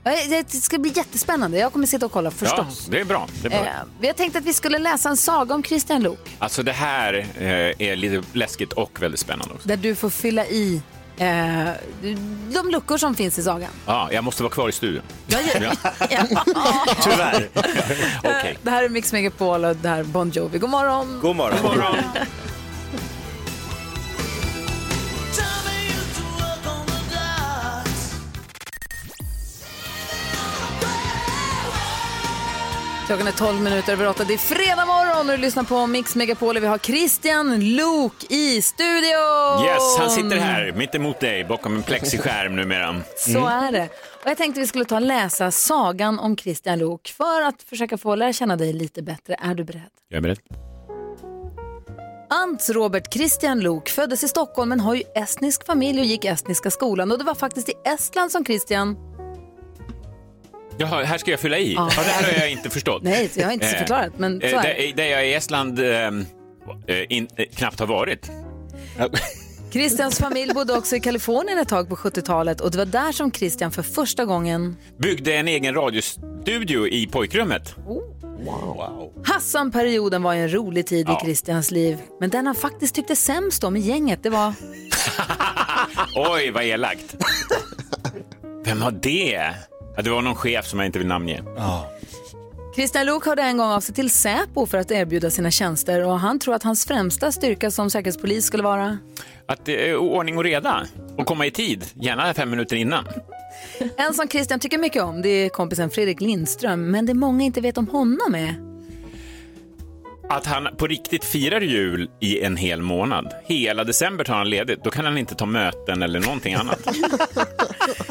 [SPEAKER 1] Eh, Det ska bli jättespännande. Jag kommer sitta och kolla förstås.
[SPEAKER 8] Ja, det är bra. Det är bra.
[SPEAKER 1] Eh, jag tänkte att vi skulle läsa en saga om Kristian Lok
[SPEAKER 8] Alltså det här eh, är lite läskigt och väldigt spännande också.
[SPEAKER 1] där du får fylla i eh, de luckor som finns i sagan.
[SPEAKER 8] Ja, jag måste vara kvar i studion. Ja,
[SPEAKER 3] Tyvärr.
[SPEAKER 1] Eh,
[SPEAKER 8] Okej.
[SPEAKER 1] Det här är Mix Megapol och det här är Bon Jovi. God morgon!
[SPEAKER 3] God morgon.
[SPEAKER 8] God morgon.
[SPEAKER 1] Klockan är 12 minuter över 8. Det är fredag morgon och du lyssnar på Mix Megapol. Vi har Christian Lok i studion.
[SPEAKER 8] Yes, han sitter här mitt emot dig bakom en plexiskärm numera.
[SPEAKER 1] Så
[SPEAKER 8] Mm.
[SPEAKER 1] är det. Och jag tänkte vi skulle ta och läsa sagan om Christian Lok för att försöka få lära känna dig lite bättre. Är du beredd?
[SPEAKER 8] Jag är beredd.
[SPEAKER 1] Ants Robert Christian Lok föddes i Stockholm men har ju estnisk familj och gick estniska skolan. Och det var faktiskt i Estland som Christian...
[SPEAKER 8] Jaha, här ska jag fylla i? Ja. det här har jag inte förstått.
[SPEAKER 1] Nej, jag har inte så
[SPEAKER 8] Eh,
[SPEAKER 1] förklarat, men så
[SPEAKER 8] eh,
[SPEAKER 1] är det.
[SPEAKER 8] Där, där jag i Estland ehm, eh, in, eh, knappt har varit.
[SPEAKER 1] Christians familj bodde också i Kalifornien ett tag på 70-talet och det var där som Christian för första gången
[SPEAKER 8] Byggde en egen radiostudio i pojkrummet.
[SPEAKER 1] Hassan-perioden var ju en rolig tid i Christians liv, men den han faktiskt tyckte sämst om i gänget, det var...
[SPEAKER 8] Oj, vad elakt. Vem har det? Ja, det var någon chef som jag inte vill namnge.
[SPEAKER 1] Christian Luuk hörde en gång av sig till Säpo för att erbjuda sina tjänster och han tror att hans främsta styrka som säkerhetspolis skulle vara...
[SPEAKER 8] Att det är ordning och reda och komma i tid, gärna fem minuter innan.
[SPEAKER 1] En som Christian tycker mycket om, det är kompisen Fredrik Lindström, men det många inte vet om honom är...
[SPEAKER 8] Att han på riktigt firar jul i en hel månad. Hela december tar han ledigt. Då kan han inte ta möten eller någonting annat.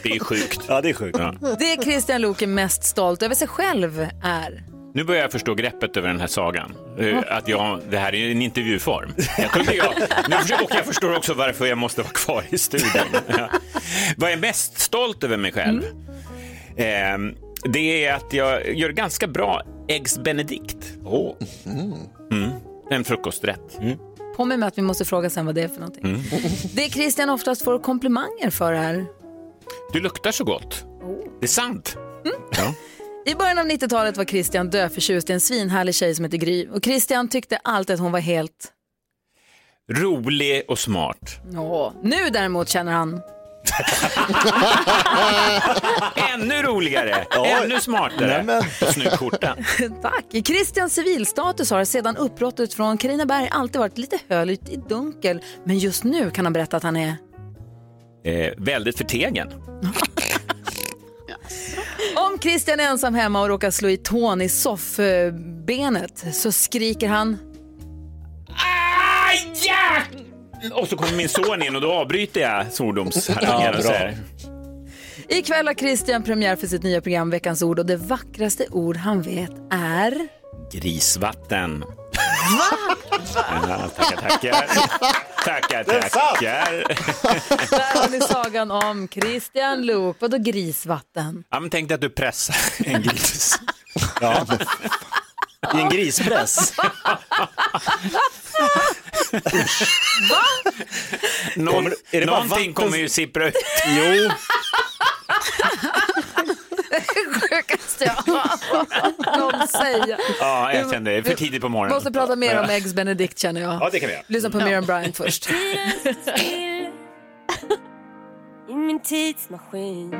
[SPEAKER 8] Det är sjukt.
[SPEAKER 3] Ja, det är sjukt.
[SPEAKER 8] Ja.
[SPEAKER 1] Det Christian Luuk är mest stolt över sig själv är...
[SPEAKER 8] Nu börjar jag förstå greppet över den här sagan. Eh, Att jag, det här är ju en intervjuform. Jag kunde jag, nu förstår, och jag förstår också varför jag måste vara kvar i studion. Ja. Vad jag är mest stolt över mig själv? Ehm, det är att jag gör ganska bra eggs benedict. Oh. Mm. En frukosträtt.
[SPEAKER 1] På mig med att vi måste fråga sen vad det är för någonting. Det Christian oftast får komplimanger för är...
[SPEAKER 8] Du luktar så gott. Det är sant. Ja.
[SPEAKER 1] I början av 90-talet var Christian döförtjust i en svinhärlig tjej som heter Gry och Christian tyckte alltid att hon var helt...
[SPEAKER 8] Rolig och smart.
[SPEAKER 1] Nå. Nu däremot känner han...
[SPEAKER 8] Ännu roligare, ännu smartare. Snygg skjorta.
[SPEAKER 1] Tack! I Christians civilstatus har sedan uppbrottet från Carinaberg alltid varit lite höljt i dunkel men just nu kan han berätta att han är...
[SPEAKER 8] Eh, väldigt förtegen.
[SPEAKER 1] Om Christian är ensam hemma och råkar slå i tån i soffbenet så skriker han...
[SPEAKER 8] Aja! Och så kommer min son in och då avbryter jag svordomsharangen och säger
[SPEAKER 1] Ikväll har Christian premiär för sitt nya program Veckans ord och det vackraste ord han vet är...
[SPEAKER 8] Grisvatten. Va? tackar, tackar. Tackar,
[SPEAKER 3] Den satt!
[SPEAKER 8] tackar.
[SPEAKER 1] Där har ni sagan om Christian Luuk. Vadå grisvatten?
[SPEAKER 8] Ja, men tänk dig att du pressar en gris.
[SPEAKER 3] Ja. I en grispress.
[SPEAKER 8] Någon,
[SPEAKER 3] Kommer- är det bara
[SPEAKER 8] någonting
[SPEAKER 3] vatten-
[SPEAKER 8] kommer ju sippra ut.
[SPEAKER 3] Jo,
[SPEAKER 1] Sjukaste jag har någon säga.
[SPEAKER 8] Ja, jag kände det. För tidigt på morgonen.
[SPEAKER 1] Måste prata mer om Eggs Benedict känner jag.
[SPEAKER 8] Ja, det kan vi göra.
[SPEAKER 1] Lyssna på Miriam Bryant först.
[SPEAKER 6] I min tidsmaskin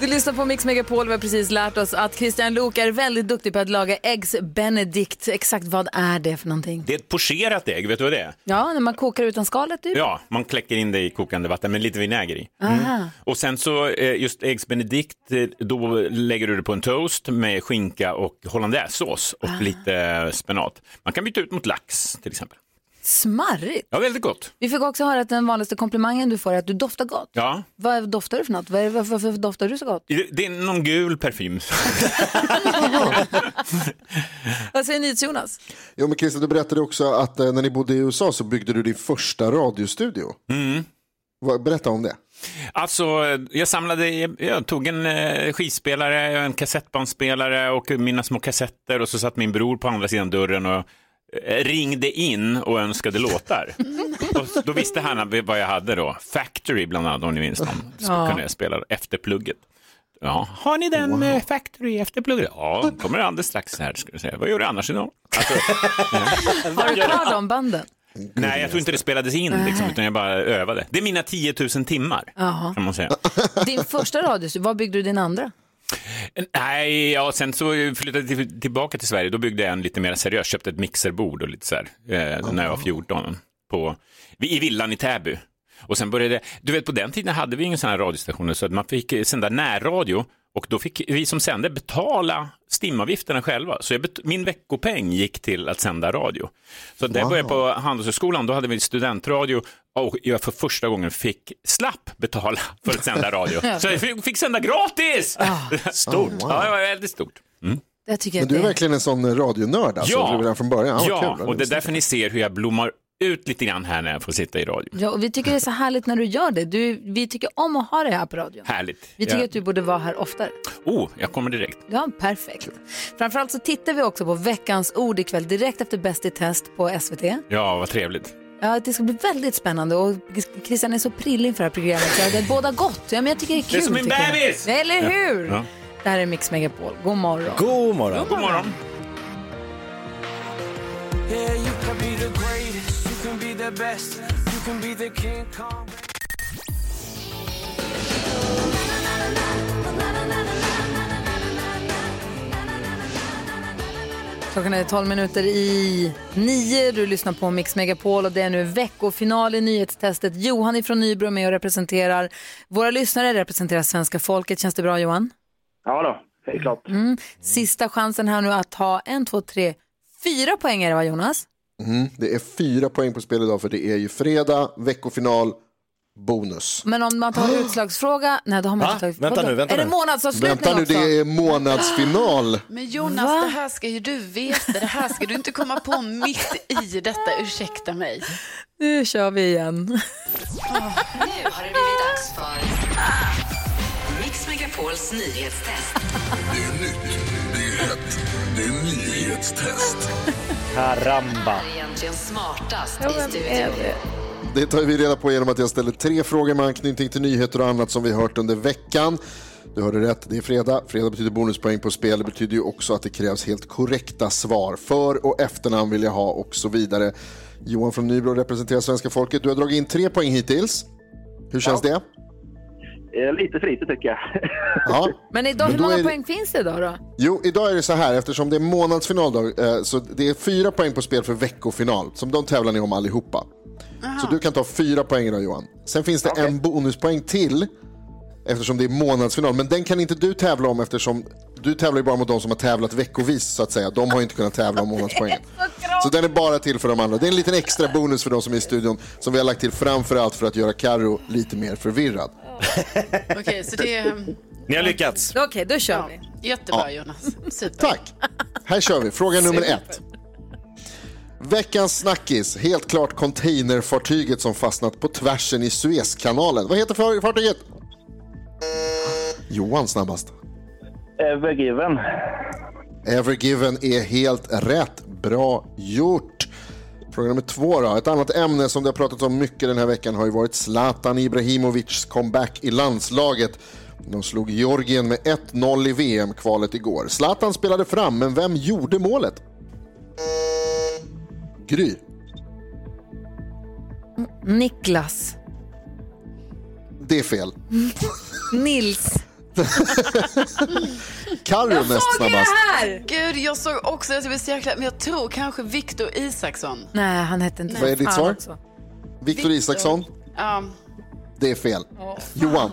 [SPEAKER 1] Du lyssnar på Mix Megapol. Vi har precis lärt oss att Christian Luuk är väldigt duktig på att laga Eggs Benedict. Exakt vad är det för någonting?
[SPEAKER 8] Det är ett pocherat ägg, vet du vad det är?
[SPEAKER 1] Ja, när man kokar utan skalet typ.
[SPEAKER 8] Ja, man kläcker in det i kokande vatten med lite vinäger i. Mm.
[SPEAKER 1] Aha.
[SPEAKER 8] Och sen så eh, just äggs benedict, eh, då lägger du det på en toast med skinka och hollandaisesås och lite eh, spenat. Man kan byta ut mot lax till exempel.
[SPEAKER 1] Smarrigt.
[SPEAKER 8] Ja, väldigt gott.
[SPEAKER 1] Vi fick också höra att den vanligaste komplimangen du får är att du doftar gott.
[SPEAKER 8] Ja.
[SPEAKER 1] Vad doftar du för något? Vad är- Varför, varför doftar du så gott?
[SPEAKER 8] Det- Det är någon gul parfym.
[SPEAKER 1] Vad säger ni Jonas?
[SPEAKER 4] Jo, men Christer, du berättade också att eh, när ni bodde i USA så byggde du din första radiostudio.
[SPEAKER 8] Mm.
[SPEAKER 4] Vad- Berätta om det.
[SPEAKER 8] Alltså, jag samlade, jag, jag tog en eh, skivspelare, en kassettbandspelare och mina små kassetter och så satt min bror på andra sidan dörren och eh, ringde in och önskade låtar. och då visste han vad jag hade då. Factory bland annat, om ni minns dem. Så kunde jag spela efter plugget. Ja, har ni den eh, Factory efter plugget? Ja, den kommer alldeles strax här. Ska jag säga. Vad gör du annars idag? Alltså,
[SPEAKER 1] Har du kvar de banden?
[SPEAKER 8] Nej, jag tror inte det spelades in, liksom, utan jag bara övade. Det är mina 10 000 timmar, kan man säga.
[SPEAKER 1] Din första radiostudio, var byggde du din andra?
[SPEAKER 8] Nej, ja, sen så flyttade jag till- tillbaka till Sverige. Då byggde jag en lite mer seriös, köpte ett mixerbord och lite så här, eh, när jag var 14, på, i villan i Täby. Och sen började, du vet på den tiden hade vi inga sådana här radiostationer så att man fick eh, sända närradio och då fick vi som sände betala stimavgifterna själva. Så jag bet- min veckopeng gick till att sända radio. Så där började jag på Handelshögskolan, då hade vi studentradio och jag för första gången fick slapp betala för att sända radio. Så jag fick, fick sända gratis! Stort. Ja, det var väldigt stort.
[SPEAKER 1] Jag tycker
[SPEAKER 4] Men
[SPEAKER 1] att
[SPEAKER 4] du är
[SPEAKER 1] det-
[SPEAKER 4] verkligen en sån radionörd Mm. alltså,
[SPEAKER 8] Ja.
[SPEAKER 4] redan från början. vad
[SPEAKER 8] Ja,
[SPEAKER 4] kul.
[SPEAKER 8] och det är därför ni ser hur jag blommar ut lite grann här när jag får sitta i radio.
[SPEAKER 1] Ja, och vi tycker det är så härligt när du gör det. Du, vi tycker om att ha det här på radion.
[SPEAKER 8] Härligt.
[SPEAKER 1] Vi tycker
[SPEAKER 8] jag,
[SPEAKER 1] att du borde vara här oftare.
[SPEAKER 8] Oh, jag kommer direkt.
[SPEAKER 1] Ja, perfekt. Framförallt så tittar vi också på veckans ord ikväll direkt efter Bäst i test på SVT.
[SPEAKER 8] Ja, vad trevligt.
[SPEAKER 1] Ja, det ska bli väldigt spännande och Christian är så prillig inför det här programmet. Så det är båda gott. Ja, men jag tycker det är kul.
[SPEAKER 8] är som min
[SPEAKER 1] tycker jag.
[SPEAKER 8] bebis!
[SPEAKER 1] Eller hur?
[SPEAKER 8] Ja.
[SPEAKER 1] Det här är Mix Megapol. God morgon.
[SPEAKER 3] god morgon.
[SPEAKER 8] God morgon.
[SPEAKER 1] Klockan är 12 minuter i nio. Du lyssnar på Mix Megapol och det är nu veckofinal i nyhetstestet. Johan ifrån Nybro är med och representerar. Våra lyssnare representerar svenska folket. Känns det bra Johan? Mm.
[SPEAKER 10] Ja då, det är klart.
[SPEAKER 1] Sista chansen här nu att ta en, två, tre, fyra poäng är det va Jonas?
[SPEAKER 4] Mm, det är fyra poäng på spel idag för det är ju fredag, veckofinal, bonus.
[SPEAKER 1] Men om man
[SPEAKER 4] Ah.
[SPEAKER 1] tar utslagsfråga, nej då har man
[SPEAKER 3] Va?
[SPEAKER 1] inte tagit...
[SPEAKER 3] Vänta
[SPEAKER 1] Vadå?
[SPEAKER 3] nu, vänta
[SPEAKER 1] Är det
[SPEAKER 3] nu.
[SPEAKER 1] månadsavslutning
[SPEAKER 4] Vänta nu,
[SPEAKER 1] också?
[SPEAKER 4] det är månadsfinal.
[SPEAKER 5] Men Jonas,
[SPEAKER 1] Va?
[SPEAKER 5] det här ska ju du veta. Det här ska du inte komma på mitt i detta. Ursäkta mig.
[SPEAKER 1] Nu kör vi igen.
[SPEAKER 11] Nu har det blivit dags för Mix Megapols nyhetstest.
[SPEAKER 3] Karamba.
[SPEAKER 11] Egentligen smartast i studion.
[SPEAKER 4] Det tar vi reda på genom att jag ställer tre frågor med anknytning till nyheter och annat som vi hört under veckan. Du hörde rätt, det är fredag. Fredag betyder bonuspoäng på spel. Det betyder ju också att det krävs helt korrekta svar. För och efternamn vill jag ha och så vidare. Johan från Nybro representerar svenska folket. Du har dragit in tre poäng hittills. Hur känns det?
[SPEAKER 10] Eh, Lite för lite tycker jag.
[SPEAKER 4] Ja.
[SPEAKER 1] Men idag,
[SPEAKER 4] Men
[SPEAKER 1] hur
[SPEAKER 4] då
[SPEAKER 1] många
[SPEAKER 4] är det-
[SPEAKER 1] poäng finns det idag då?
[SPEAKER 4] Jo, idag är det så här, eftersom det är månadsfinal då, eh, så det är fyra poäng på spel för veckofinal, som de tävlar ni om allihopa. Så du kan ta fyra poäng idag Johan. Sen finns det en bonuspoäng till, eftersom det är månadsfinal, men den kan inte du tävla om eftersom du tävlar ju bara mot de som har tävlat veckovis så att säga. De har ju inte kunnat tävla om månadspoängen. Så den är bara till för de andra. Det är en liten extra bonus för de som är i studion som vi har lagt till framförallt för att göra Karo lite mer förvirrad.
[SPEAKER 5] Okej, så det är... eh,
[SPEAKER 3] Ni har lyckats.
[SPEAKER 1] Okej, då kör vi.
[SPEAKER 4] Ja.
[SPEAKER 5] Jättebra Jonas. Super.
[SPEAKER 4] Tack. Här kör vi. Fråga nummer ett. Veckans snackis, helt klart containerfartyget som fastnat på tvärsen i Suezkanalen. Vad heter far- fartyget? Johan snabbast.
[SPEAKER 10] Evergiven.
[SPEAKER 4] Evergiven är helt rätt. Bra gjort. Fråga nummer två då. Ett annat ämne som det har pratats om mycket den här veckan har ju varit Zlatan Ibrahimovics comeback i landslaget. De slog Georgien med 1-0 i VM-kvalet igår. Zlatan spelade fram, men vem gjorde målet? Gry.
[SPEAKER 1] Niklas.
[SPEAKER 4] Det är fel.
[SPEAKER 1] Nils.
[SPEAKER 4] Carro näst snabbast.
[SPEAKER 1] här!
[SPEAKER 5] Gud, jag såg också, jag blev så jäkla, men jag tror kanske Victor Isaksson.
[SPEAKER 1] Nej, han hette inte
[SPEAKER 4] Vad är ditt
[SPEAKER 1] Fan
[SPEAKER 4] svar?
[SPEAKER 1] också.
[SPEAKER 4] Viktor Isaksson.
[SPEAKER 5] Ja,
[SPEAKER 4] Det är fel. Johan.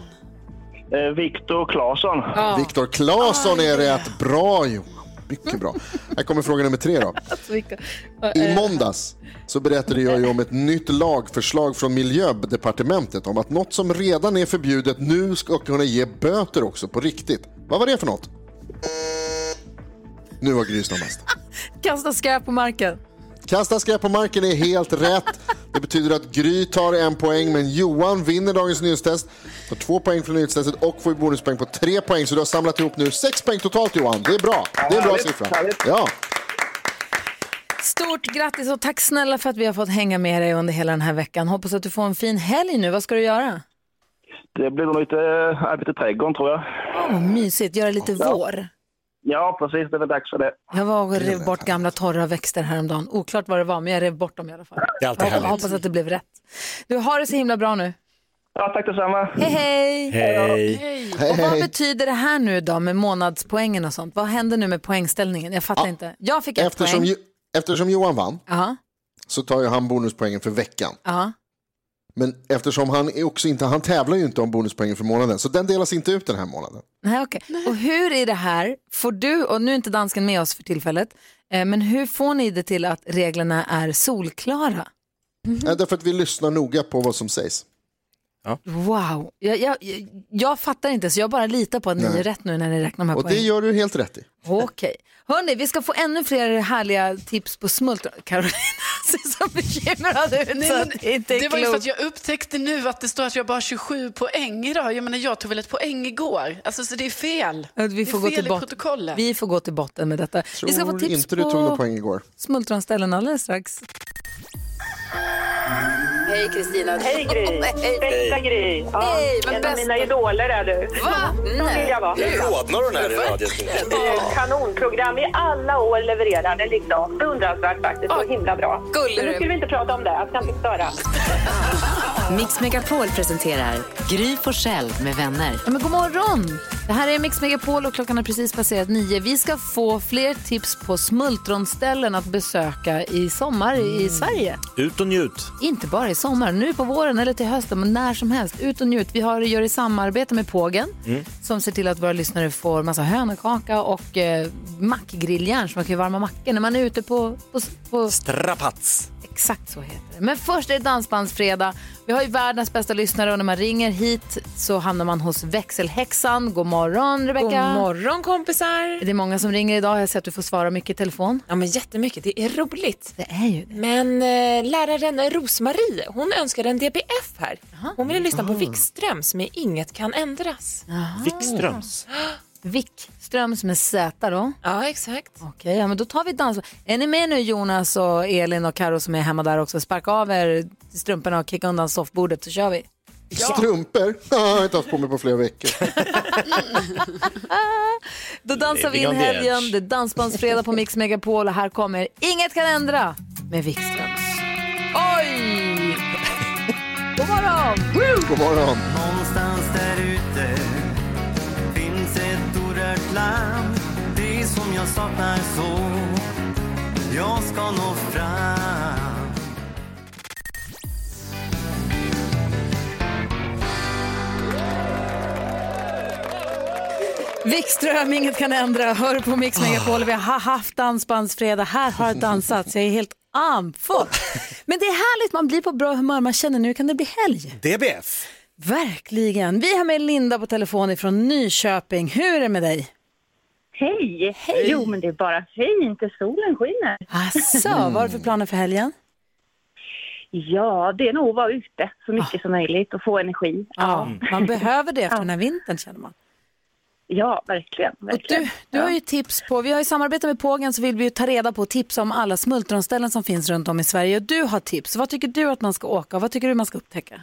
[SPEAKER 10] Eh, Viktor Claesson.
[SPEAKER 4] Viktor Claesson är rätt. Bra Johan. Mycket bra. Här kommer fråga nummer tre då. I måndags så berättade jag ju om ett nytt lagförslag från Miljödepartementet om att något som redan är förbjudet nu ska kunna ge böter också på riktigt. Vad var det för något? Nu var Gry snabbast.
[SPEAKER 1] Kasta skräp på marken.
[SPEAKER 4] Kasta skräp på marken är helt rätt. Det betyder att Gry tar en poäng, men Johan vinner dagens nyhetstest. Får två poäng från nyhetstestet och får bonuspoäng på tre poäng. Så du har samlat ihop nu sex poäng totalt Johan. Det är bra. Det är en bra
[SPEAKER 10] Härligt,
[SPEAKER 4] siffra.
[SPEAKER 10] härligt.
[SPEAKER 4] Ja.
[SPEAKER 1] Stort grattis och tack snälla för att vi har fått hänga med dig under hela den här veckan. Hoppas att du får en fin helg nu. Vad ska du göra?
[SPEAKER 10] Det blir nog lite eh, arbete i trädgården tror jag.
[SPEAKER 1] Åh, mysigt, göra lite vår.
[SPEAKER 10] Ja, precis. Det är väl dags för det.
[SPEAKER 1] Jag var och rev bort gamla torra växter häromdagen. Oklart vad det var, men jag rev bort dem i alla fall.
[SPEAKER 3] Det är alltid
[SPEAKER 1] Jag
[SPEAKER 3] härligt.
[SPEAKER 1] hoppas att det blev rätt. Du, har det så himla bra nu.
[SPEAKER 10] Ja, tack detsamma.
[SPEAKER 1] Hej, hej!
[SPEAKER 3] Hej.
[SPEAKER 4] Hej,
[SPEAKER 1] Och vad
[SPEAKER 4] hej.
[SPEAKER 1] betyder det här nu då med månadspoängen och sånt? Vad händer nu med poängställningen? Jag fattar inte. Jag fick ett
[SPEAKER 4] Eftersom,
[SPEAKER 1] poäng.
[SPEAKER 4] Jo- eftersom Johan vann
[SPEAKER 1] Ja,
[SPEAKER 4] så tar ju han bonuspoängen för veckan.
[SPEAKER 1] ja.
[SPEAKER 4] Men eftersom han är också inte, han tävlar ju inte om bonuspoängen för månaden, så den delas inte ut den här månaden.
[SPEAKER 1] Nej, okej. Och hur är det här, får du, och nu är inte dansken med oss för tillfället, eh, men hur får ni det till att reglerna är solklara? Mhm.
[SPEAKER 4] Nej, Äh, Därför att vi lyssnar noga på vad som sägs.
[SPEAKER 1] Wow, jag, jag, jag- jag fattar inte så jag bara litar på att ni är rätt nu när ni räknar de här
[SPEAKER 4] Och det
[SPEAKER 1] poängen.
[SPEAKER 4] gör du helt rätt i.
[SPEAKER 1] Okej, hörni vi ska få ännu fler härliga tips på smultron. Carolina ser så bekymrad ut så
[SPEAKER 5] men
[SPEAKER 1] att det inte är
[SPEAKER 5] det var ju för
[SPEAKER 1] klokt.
[SPEAKER 5] att jag upptäckte nu att det står att jag bara har 27 poäng idag. Jag menar, jag tog väl ett poäng igår? Alltså, så det är fel.
[SPEAKER 1] Att Vi får,
[SPEAKER 5] det
[SPEAKER 1] gå
[SPEAKER 5] är fel
[SPEAKER 1] till
[SPEAKER 5] i
[SPEAKER 1] botten.
[SPEAKER 5] protokollet.
[SPEAKER 1] vi får gå till botten med detta. vi ska få
[SPEAKER 4] Tror
[SPEAKER 1] tips
[SPEAKER 4] inte du
[SPEAKER 1] på
[SPEAKER 4] tog några poäng igår.
[SPEAKER 1] smultronställen alldeles strax. Hej Kristina. Hej Gry.
[SPEAKER 12] Bästa Gry. Ja,
[SPEAKER 1] Hej,
[SPEAKER 12] en
[SPEAKER 1] men
[SPEAKER 12] av
[SPEAKER 1] bästa-
[SPEAKER 12] mina idoler är du.
[SPEAKER 1] Va?
[SPEAKER 12] Vill
[SPEAKER 1] Nej.
[SPEAKER 12] jag vara.
[SPEAKER 3] Rodnar hon här i radion?
[SPEAKER 12] Kanonprogram i alla år levererade liksom. Beundransvärt faktiskt. Så himla bra.
[SPEAKER 1] gullig
[SPEAKER 12] Men
[SPEAKER 1] du
[SPEAKER 12] nu
[SPEAKER 1] är.
[SPEAKER 12] skulle vi inte prata om det. Jag ska inte störa.
[SPEAKER 11] Mix Megapol presenterar Gry Forssell med vänner.
[SPEAKER 1] Ja, men god morgon! Det här är Mix Megapol och klockan är precis passerat nio. Vi ska få fler tips på smultronställen att besöka i sommar
[SPEAKER 11] Mm.
[SPEAKER 1] i Sverige.
[SPEAKER 3] Ut och njut.
[SPEAKER 1] Inte bara i sommar, nu på våren eller till hösten, men när som helst. Ut och njut. Vi har, gör i samarbete med Pågen som ser till att våra lyssnare får massa hönökaka och eh, mackgrilljärn så man kan ju varma mackor när man är ute på, på, på
[SPEAKER 3] Strapats.
[SPEAKER 1] Exakt så heter det. Men först är det Dansbandsfredag. Vi har ju världens bästa lyssnare och när man ringer hit så hamnar man hos växelhäxan. God morgon Rebecca.
[SPEAKER 12] God morgon kompisar.
[SPEAKER 1] Det är många som ringer idag. Jag ser att du får svara mycket i telefon.
[SPEAKER 12] Ja men jättemycket. Det är roligt.
[SPEAKER 1] Det är ju det.
[SPEAKER 12] Men eh, läraren Rosmarie, hon önskade en DBF här. Hon ville lyssna på Wikströms med Inget kan ändras.
[SPEAKER 3] Wikströms.
[SPEAKER 1] Wickströms med Z då.
[SPEAKER 12] Ja, exakt.
[SPEAKER 1] Okej, ja, men då tar vi dans. Är ni med nu Jonas och Elin och Karo som är hemma där också? Sparka av er strumporna och kicka undan soffbordet så kör vi.
[SPEAKER 4] Strumpor? Ja, jag har inte haft på mig på flera veckor.
[SPEAKER 1] Då dansar vi in
[SPEAKER 3] Living on the
[SPEAKER 1] helgen.
[SPEAKER 3] edge.
[SPEAKER 1] Det är Dansbandsfredag på Mix Megapol och här kommer Inget kan ändra med Wikströms. Oj! God morgon!
[SPEAKER 4] God morgon.
[SPEAKER 2] Någonstans där ute finns ett orört land Det som jag saknar så jag ska nå fram
[SPEAKER 1] Wikström, inget kan ändra. Hör på Mix Megapol. Vi har haft dansbandsfredag. Här har dansats. Jag är helt andfådd. Men det är härligt. Man blir på bra humör. Man känner nu kan det bli helg.
[SPEAKER 3] DBF.
[SPEAKER 1] Verkligen. Vi har med Linda på telefon ifrån Nyköping. Hur är det med dig?
[SPEAKER 7] Hej! Hej! Jo, men det är bara fint. Solen skiner.
[SPEAKER 1] Asså, vad har du för planer för helgen?
[SPEAKER 7] Ja, det är nog att vara ute så mycket
[SPEAKER 12] Ah.
[SPEAKER 7] som möjligt och få energi.
[SPEAKER 1] Ja, man behöver det efter den här vintern känner man.
[SPEAKER 7] Ja, verkligen. verkligen.
[SPEAKER 1] Du, du har ju tips på, vi har ju samarbete med Pågen så vill vi ju ta reda på och tipsa om alla smultronställen som finns runt om i Sverige. Och Du har tips, vad tycker du att man ska åka och vad tycker du man ska upptäcka?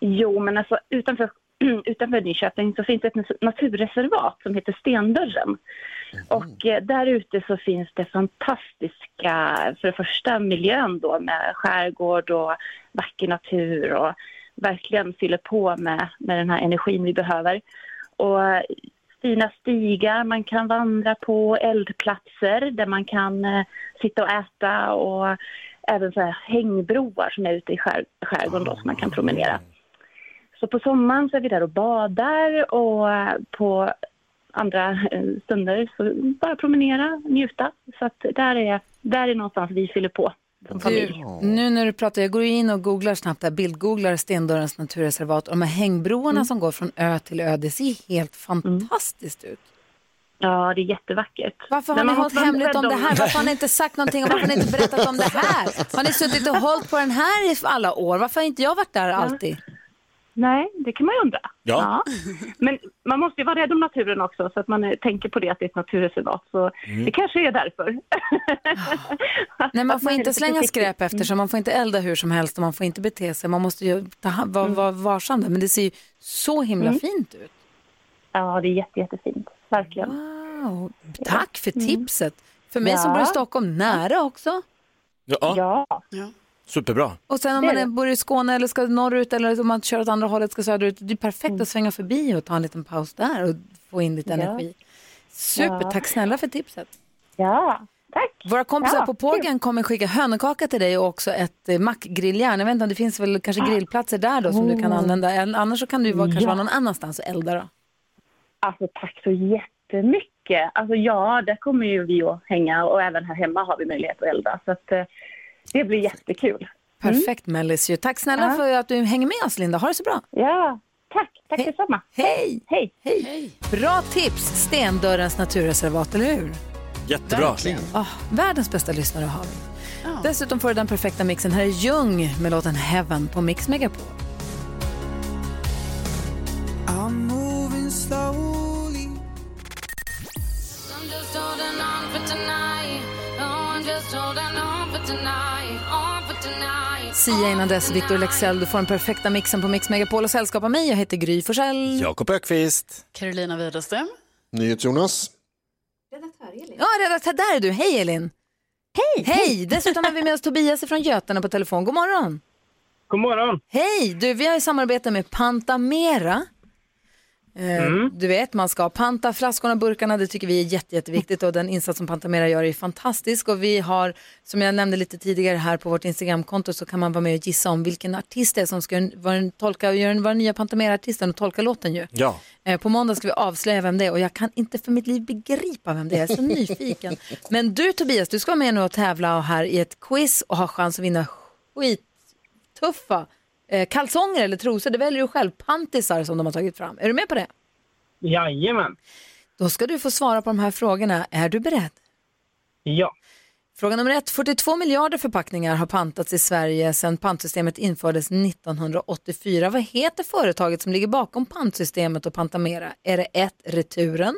[SPEAKER 7] Jo, men alltså utanför, utanför Nyköping så finns det ett naturreservat som heter Stendörren. Och eh, där ute så finns det fantastiska, för det första miljön då med skärgård och vacker natur och verkligen fyller på med, med den här energin vi behöver. Och eh, fina stigar man kan vandra på, eldplatser där man kan eh, sitta och äta och även så här hängbroar som är ute i skär, skärgården då som man kan promenera. Så på sommaren så är vi där och badar och eh, på andra eh, stunder så bara promenera, njuta. Så att där är, där är någonstans vi fyller på som
[SPEAKER 1] Du,
[SPEAKER 7] familj.
[SPEAKER 1] nu när du pratar, jag går ju in och googlar snabbt där, bildgooglar Stendörrens naturreservat och de här hängbroarna som går från ö till ö, det ser helt fantastiskt ut.
[SPEAKER 7] Ja, det är jättevackert.
[SPEAKER 1] Varför har
[SPEAKER 7] Men
[SPEAKER 1] ni
[SPEAKER 7] man
[SPEAKER 1] hållit
[SPEAKER 7] måste vara
[SPEAKER 1] hemligt om
[SPEAKER 7] rädd
[SPEAKER 1] det här? Varför har ni inte sagt någonting och varför har ni inte berättat om det här? Har ni suttit och hållit på den här i alla år? Varför har inte jag varit där alltid?
[SPEAKER 7] Nej, det kan man ju undra.
[SPEAKER 1] Ja.
[SPEAKER 7] Men man måste ju vara rädd om naturen också så att man eh, tänker på det att det är ett naturreservat. Så
[SPEAKER 1] Mm.
[SPEAKER 7] det kanske är därför.
[SPEAKER 1] Nej, man får
[SPEAKER 7] man
[SPEAKER 1] inte
[SPEAKER 7] är lite
[SPEAKER 1] slänga
[SPEAKER 7] försiktig.
[SPEAKER 1] skräp efter sig, man får inte elda hur som helst och man får inte bete sig. Man måste ju ta, hand- vara vara varsam där, men det ser ju så himla
[SPEAKER 7] Mm.
[SPEAKER 1] fint ut.
[SPEAKER 7] Ja, det är jätte, jättefint. Verkligen. Ah,
[SPEAKER 1] Wow. Tack för tipset. För mig som
[SPEAKER 7] Mm. Ja.
[SPEAKER 1] bor i Stockholm, nära också.
[SPEAKER 7] Ja.
[SPEAKER 3] Superbra.
[SPEAKER 1] Och sen om
[SPEAKER 7] Det är
[SPEAKER 1] man är, bor i Skåne eller ska norrut eller om man kör åt andra hållet, ska söderut, det är perfekt att svänga förbi och ta en liten paus där och få in lite
[SPEAKER 7] Mm. Ja.
[SPEAKER 1] energi. Super,
[SPEAKER 7] Ja.
[SPEAKER 1] tack snälla för tipset.
[SPEAKER 7] Ja, tack.
[SPEAKER 1] Våra kompisar
[SPEAKER 7] Ja,
[SPEAKER 1] på Pågen kommer skicka hönökaka till dig och också ett eh, mackgrilljärn. Jag vet inte om det finns väl kanske grillplatser där då som du kan
[SPEAKER 7] Ah. Oh.
[SPEAKER 1] använda. Eller Annars så kan du vara, kanske
[SPEAKER 7] Ja. Mm.
[SPEAKER 1] vara någon annanstans och elda då.
[SPEAKER 7] Alltså tack så jättemycket. Alltså ja, där kommer ju vi att hänga och även här hemma har vi möjlighet att elda. Så att, eh, det blir jättekul.
[SPEAKER 1] Perfekt Mellis ju. Tack snälla för att du hänger med oss Linda. Ha det så bra.
[SPEAKER 7] Ja, tack. Tack detsamma.
[SPEAKER 1] Hej!
[SPEAKER 7] Hej!
[SPEAKER 1] Hej! Bra tips! Stendörrens naturreservat, eller hur?
[SPEAKER 3] Jättebra.
[SPEAKER 1] Ah, världens bästa lyssnare har vi. Dessutom får du den perfekta mixen. Här är Ljung med låten Heaven på Mix Megapol.
[SPEAKER 11] I'm moving slowly.
[SPEAKER 6] I'm just holding on for tonight. Oh, I'm just holding on for tonight. On for tonight.
[SPEAKER 1] Sia innan dess, Victor Lexell. Du får den perfekta mixen på Mix Megapol och sällskap av mig. Jag heter Gry Forssell.
[SPEAKER 3] Jakob Ökvist.
[SPEAKER 5] Carolina Widerström.
[SPEAKER 4] NyhetsJonas.
[SPEAKER 1] Ja, redaktör, där är du. Hej Elin! Hej! Hej! Dessutom har vi med oss Tobias från Götene på telefon. God morgon!
[SPEAKER 13] God morgon!
[SPEAKER 1] Hej! Du, vi har ju samarbete med Pantamera. Eh,
[SPEAKER 13] Mm.
[SPEAKER 1] Du vet, man ska panta flaskorna och burkarna. Det tycker vi är jätte, jätteviktigt och den insats som Pantamera gör är fantastisk. Och vi har, som jag nämnde lite tidigare här på vårt Instagramkonto så kan man vara med och gissa om vilken artist det är som ska vara den, tolka, göra den, vara den nya Pantamera-artisten och tolka låten ju.
[SPEAKER 3] Ja.
[SPEAKER 1] Eh, På måndag ska vi avslöja vem det är och jag kan inte för mitt liv begripa vem det är. Jag är så nyfiken. Men du Tobias, du ska vara med nu och tävla och här i ett quiz och ha chans att vinna skittuffa eh, kalsonger eller trosor. Det väljer du själv. Pantisar som de har tagit fram. Är du med på det?
[SPEAKER 13] Jajamän.
[SPEAKER 1] Då ska du få svara på de här frågorna. Är du beredd?
[SPEAKER 13] Ja.
[SPEAKER 1] Fråga nummer ett. 42 miljarder förpackningar har pantats i Sverige sedan pantsystemet infördes 1984. Vad heter företaget som ligger bakom pantsystemet och Pantamera? Är det ett Returen,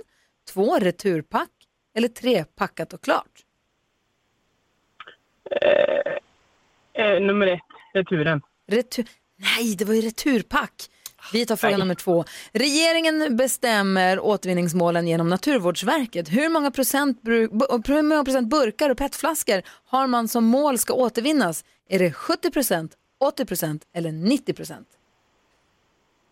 [SPEAKER 1] två Returpack eller tre Packat och klart?
[SPEAKER 13] Eh, nummer ett, returen.
[SPEAKER 1] Retur... Nej, det var ju returpack. Vi tar fråga nummer två. Regeringen bestämmer återvinningsmålen genom Naturvårdsverket. Hur många procent, bru- bu- hur många procent burkar och petflaskor har man som mål ska återvinnas? Är det 70 procent, 80 procent eller 90 procent?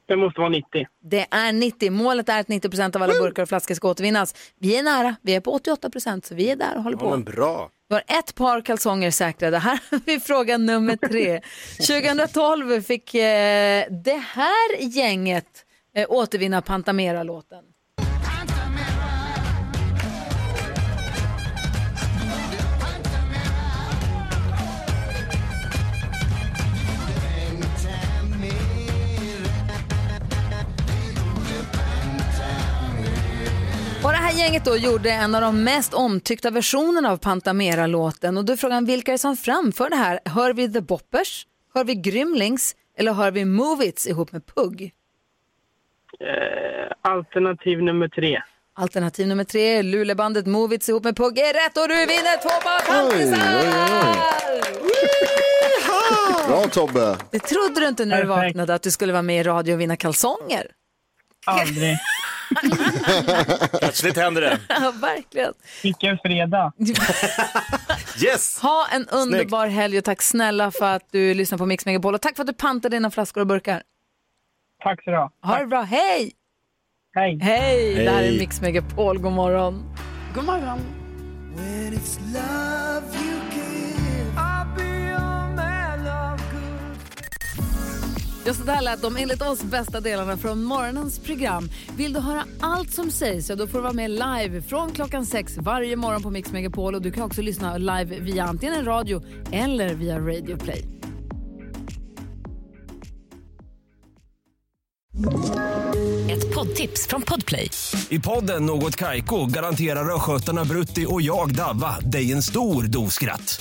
[SPEAKER 13] Det måste vara 90.
[SPEAKER 1] Det är 90. Målet är att 90 procent av alla burkar och flaskor ska återvinnas. Vi är nära. Vi är på 88 procent, så vi är där och håller på.
[SPEAKER 3] bra.
[SPEAKER 1] Vi har ett par kalsonger säkrade. Här har vi fråga nummer tre. 2012 fick eh, det här gänget eh, återvinna Pantamera-låten. Och det här gänget då gjorde en av de mest omtyckta versionerna av Pantamera-låten. Och då är frågan vilka är det som framför det här? Hör vi The Boppers? Hör vi Grymlings? Eller hör vi Movits ihop med Pugg?
[SPEAKER 7] Eh, alternativ nummer tre.
[SPEAKER 1] Alternativ nummer tre, Lulebandet Movits ihop med Pugg är rätt och du vinner två
[SPEAKER 4] Oj,
[SPEAKER 1] bakantisar!
[SPEAKER 4] oj, oj. Bra Tobbe.
[SPEAKER 1] Det trodde du inte när du vaknade att du skulle vara med i radio och vinna kalsonger.
[SPEAKER 7] Aldrig.
[SPEAKER 14] Plötsligt händer det.
[SPEAKER 1] Ja, verkligen.
[SPEAKER 7] Vilken fredag.
[SPEAKER 14] Yes!
[SPEAKER 1] Ha en underbar helg och tack snälla för att du lyssnar på Mix Megapol och tack för att du pantade dina flaskor och burkar.
[SPEAKER 7] Tack så du ha.
[SPEAKER 1] Ha det bra, hej!
[SPEAKER 7] Hej!
[SPEAKER 1] Hej! Det här är
[SPEAKER 7] Hej.
[SPEAKER 1] Mix Megapol, god morgon.
[SPEAKER 15] God morgon.
[SPEAKER 1] Ja, så där lät de enligt oss bästa delarna från morgonens program. Vill du höra allt som sägs, ja, då får du vara med live från klockan sex varje morgon på Mix Megapol. Och du kan också lyssna live via antingen en radio eller via Radio Play.
[SPEAKER 16] Ett poddtips från Podplay.
[SPEAKER 3] I podden Något Kaiko garanterar östgötarna Brutti och jag, Davva, dig en stor dos skratt.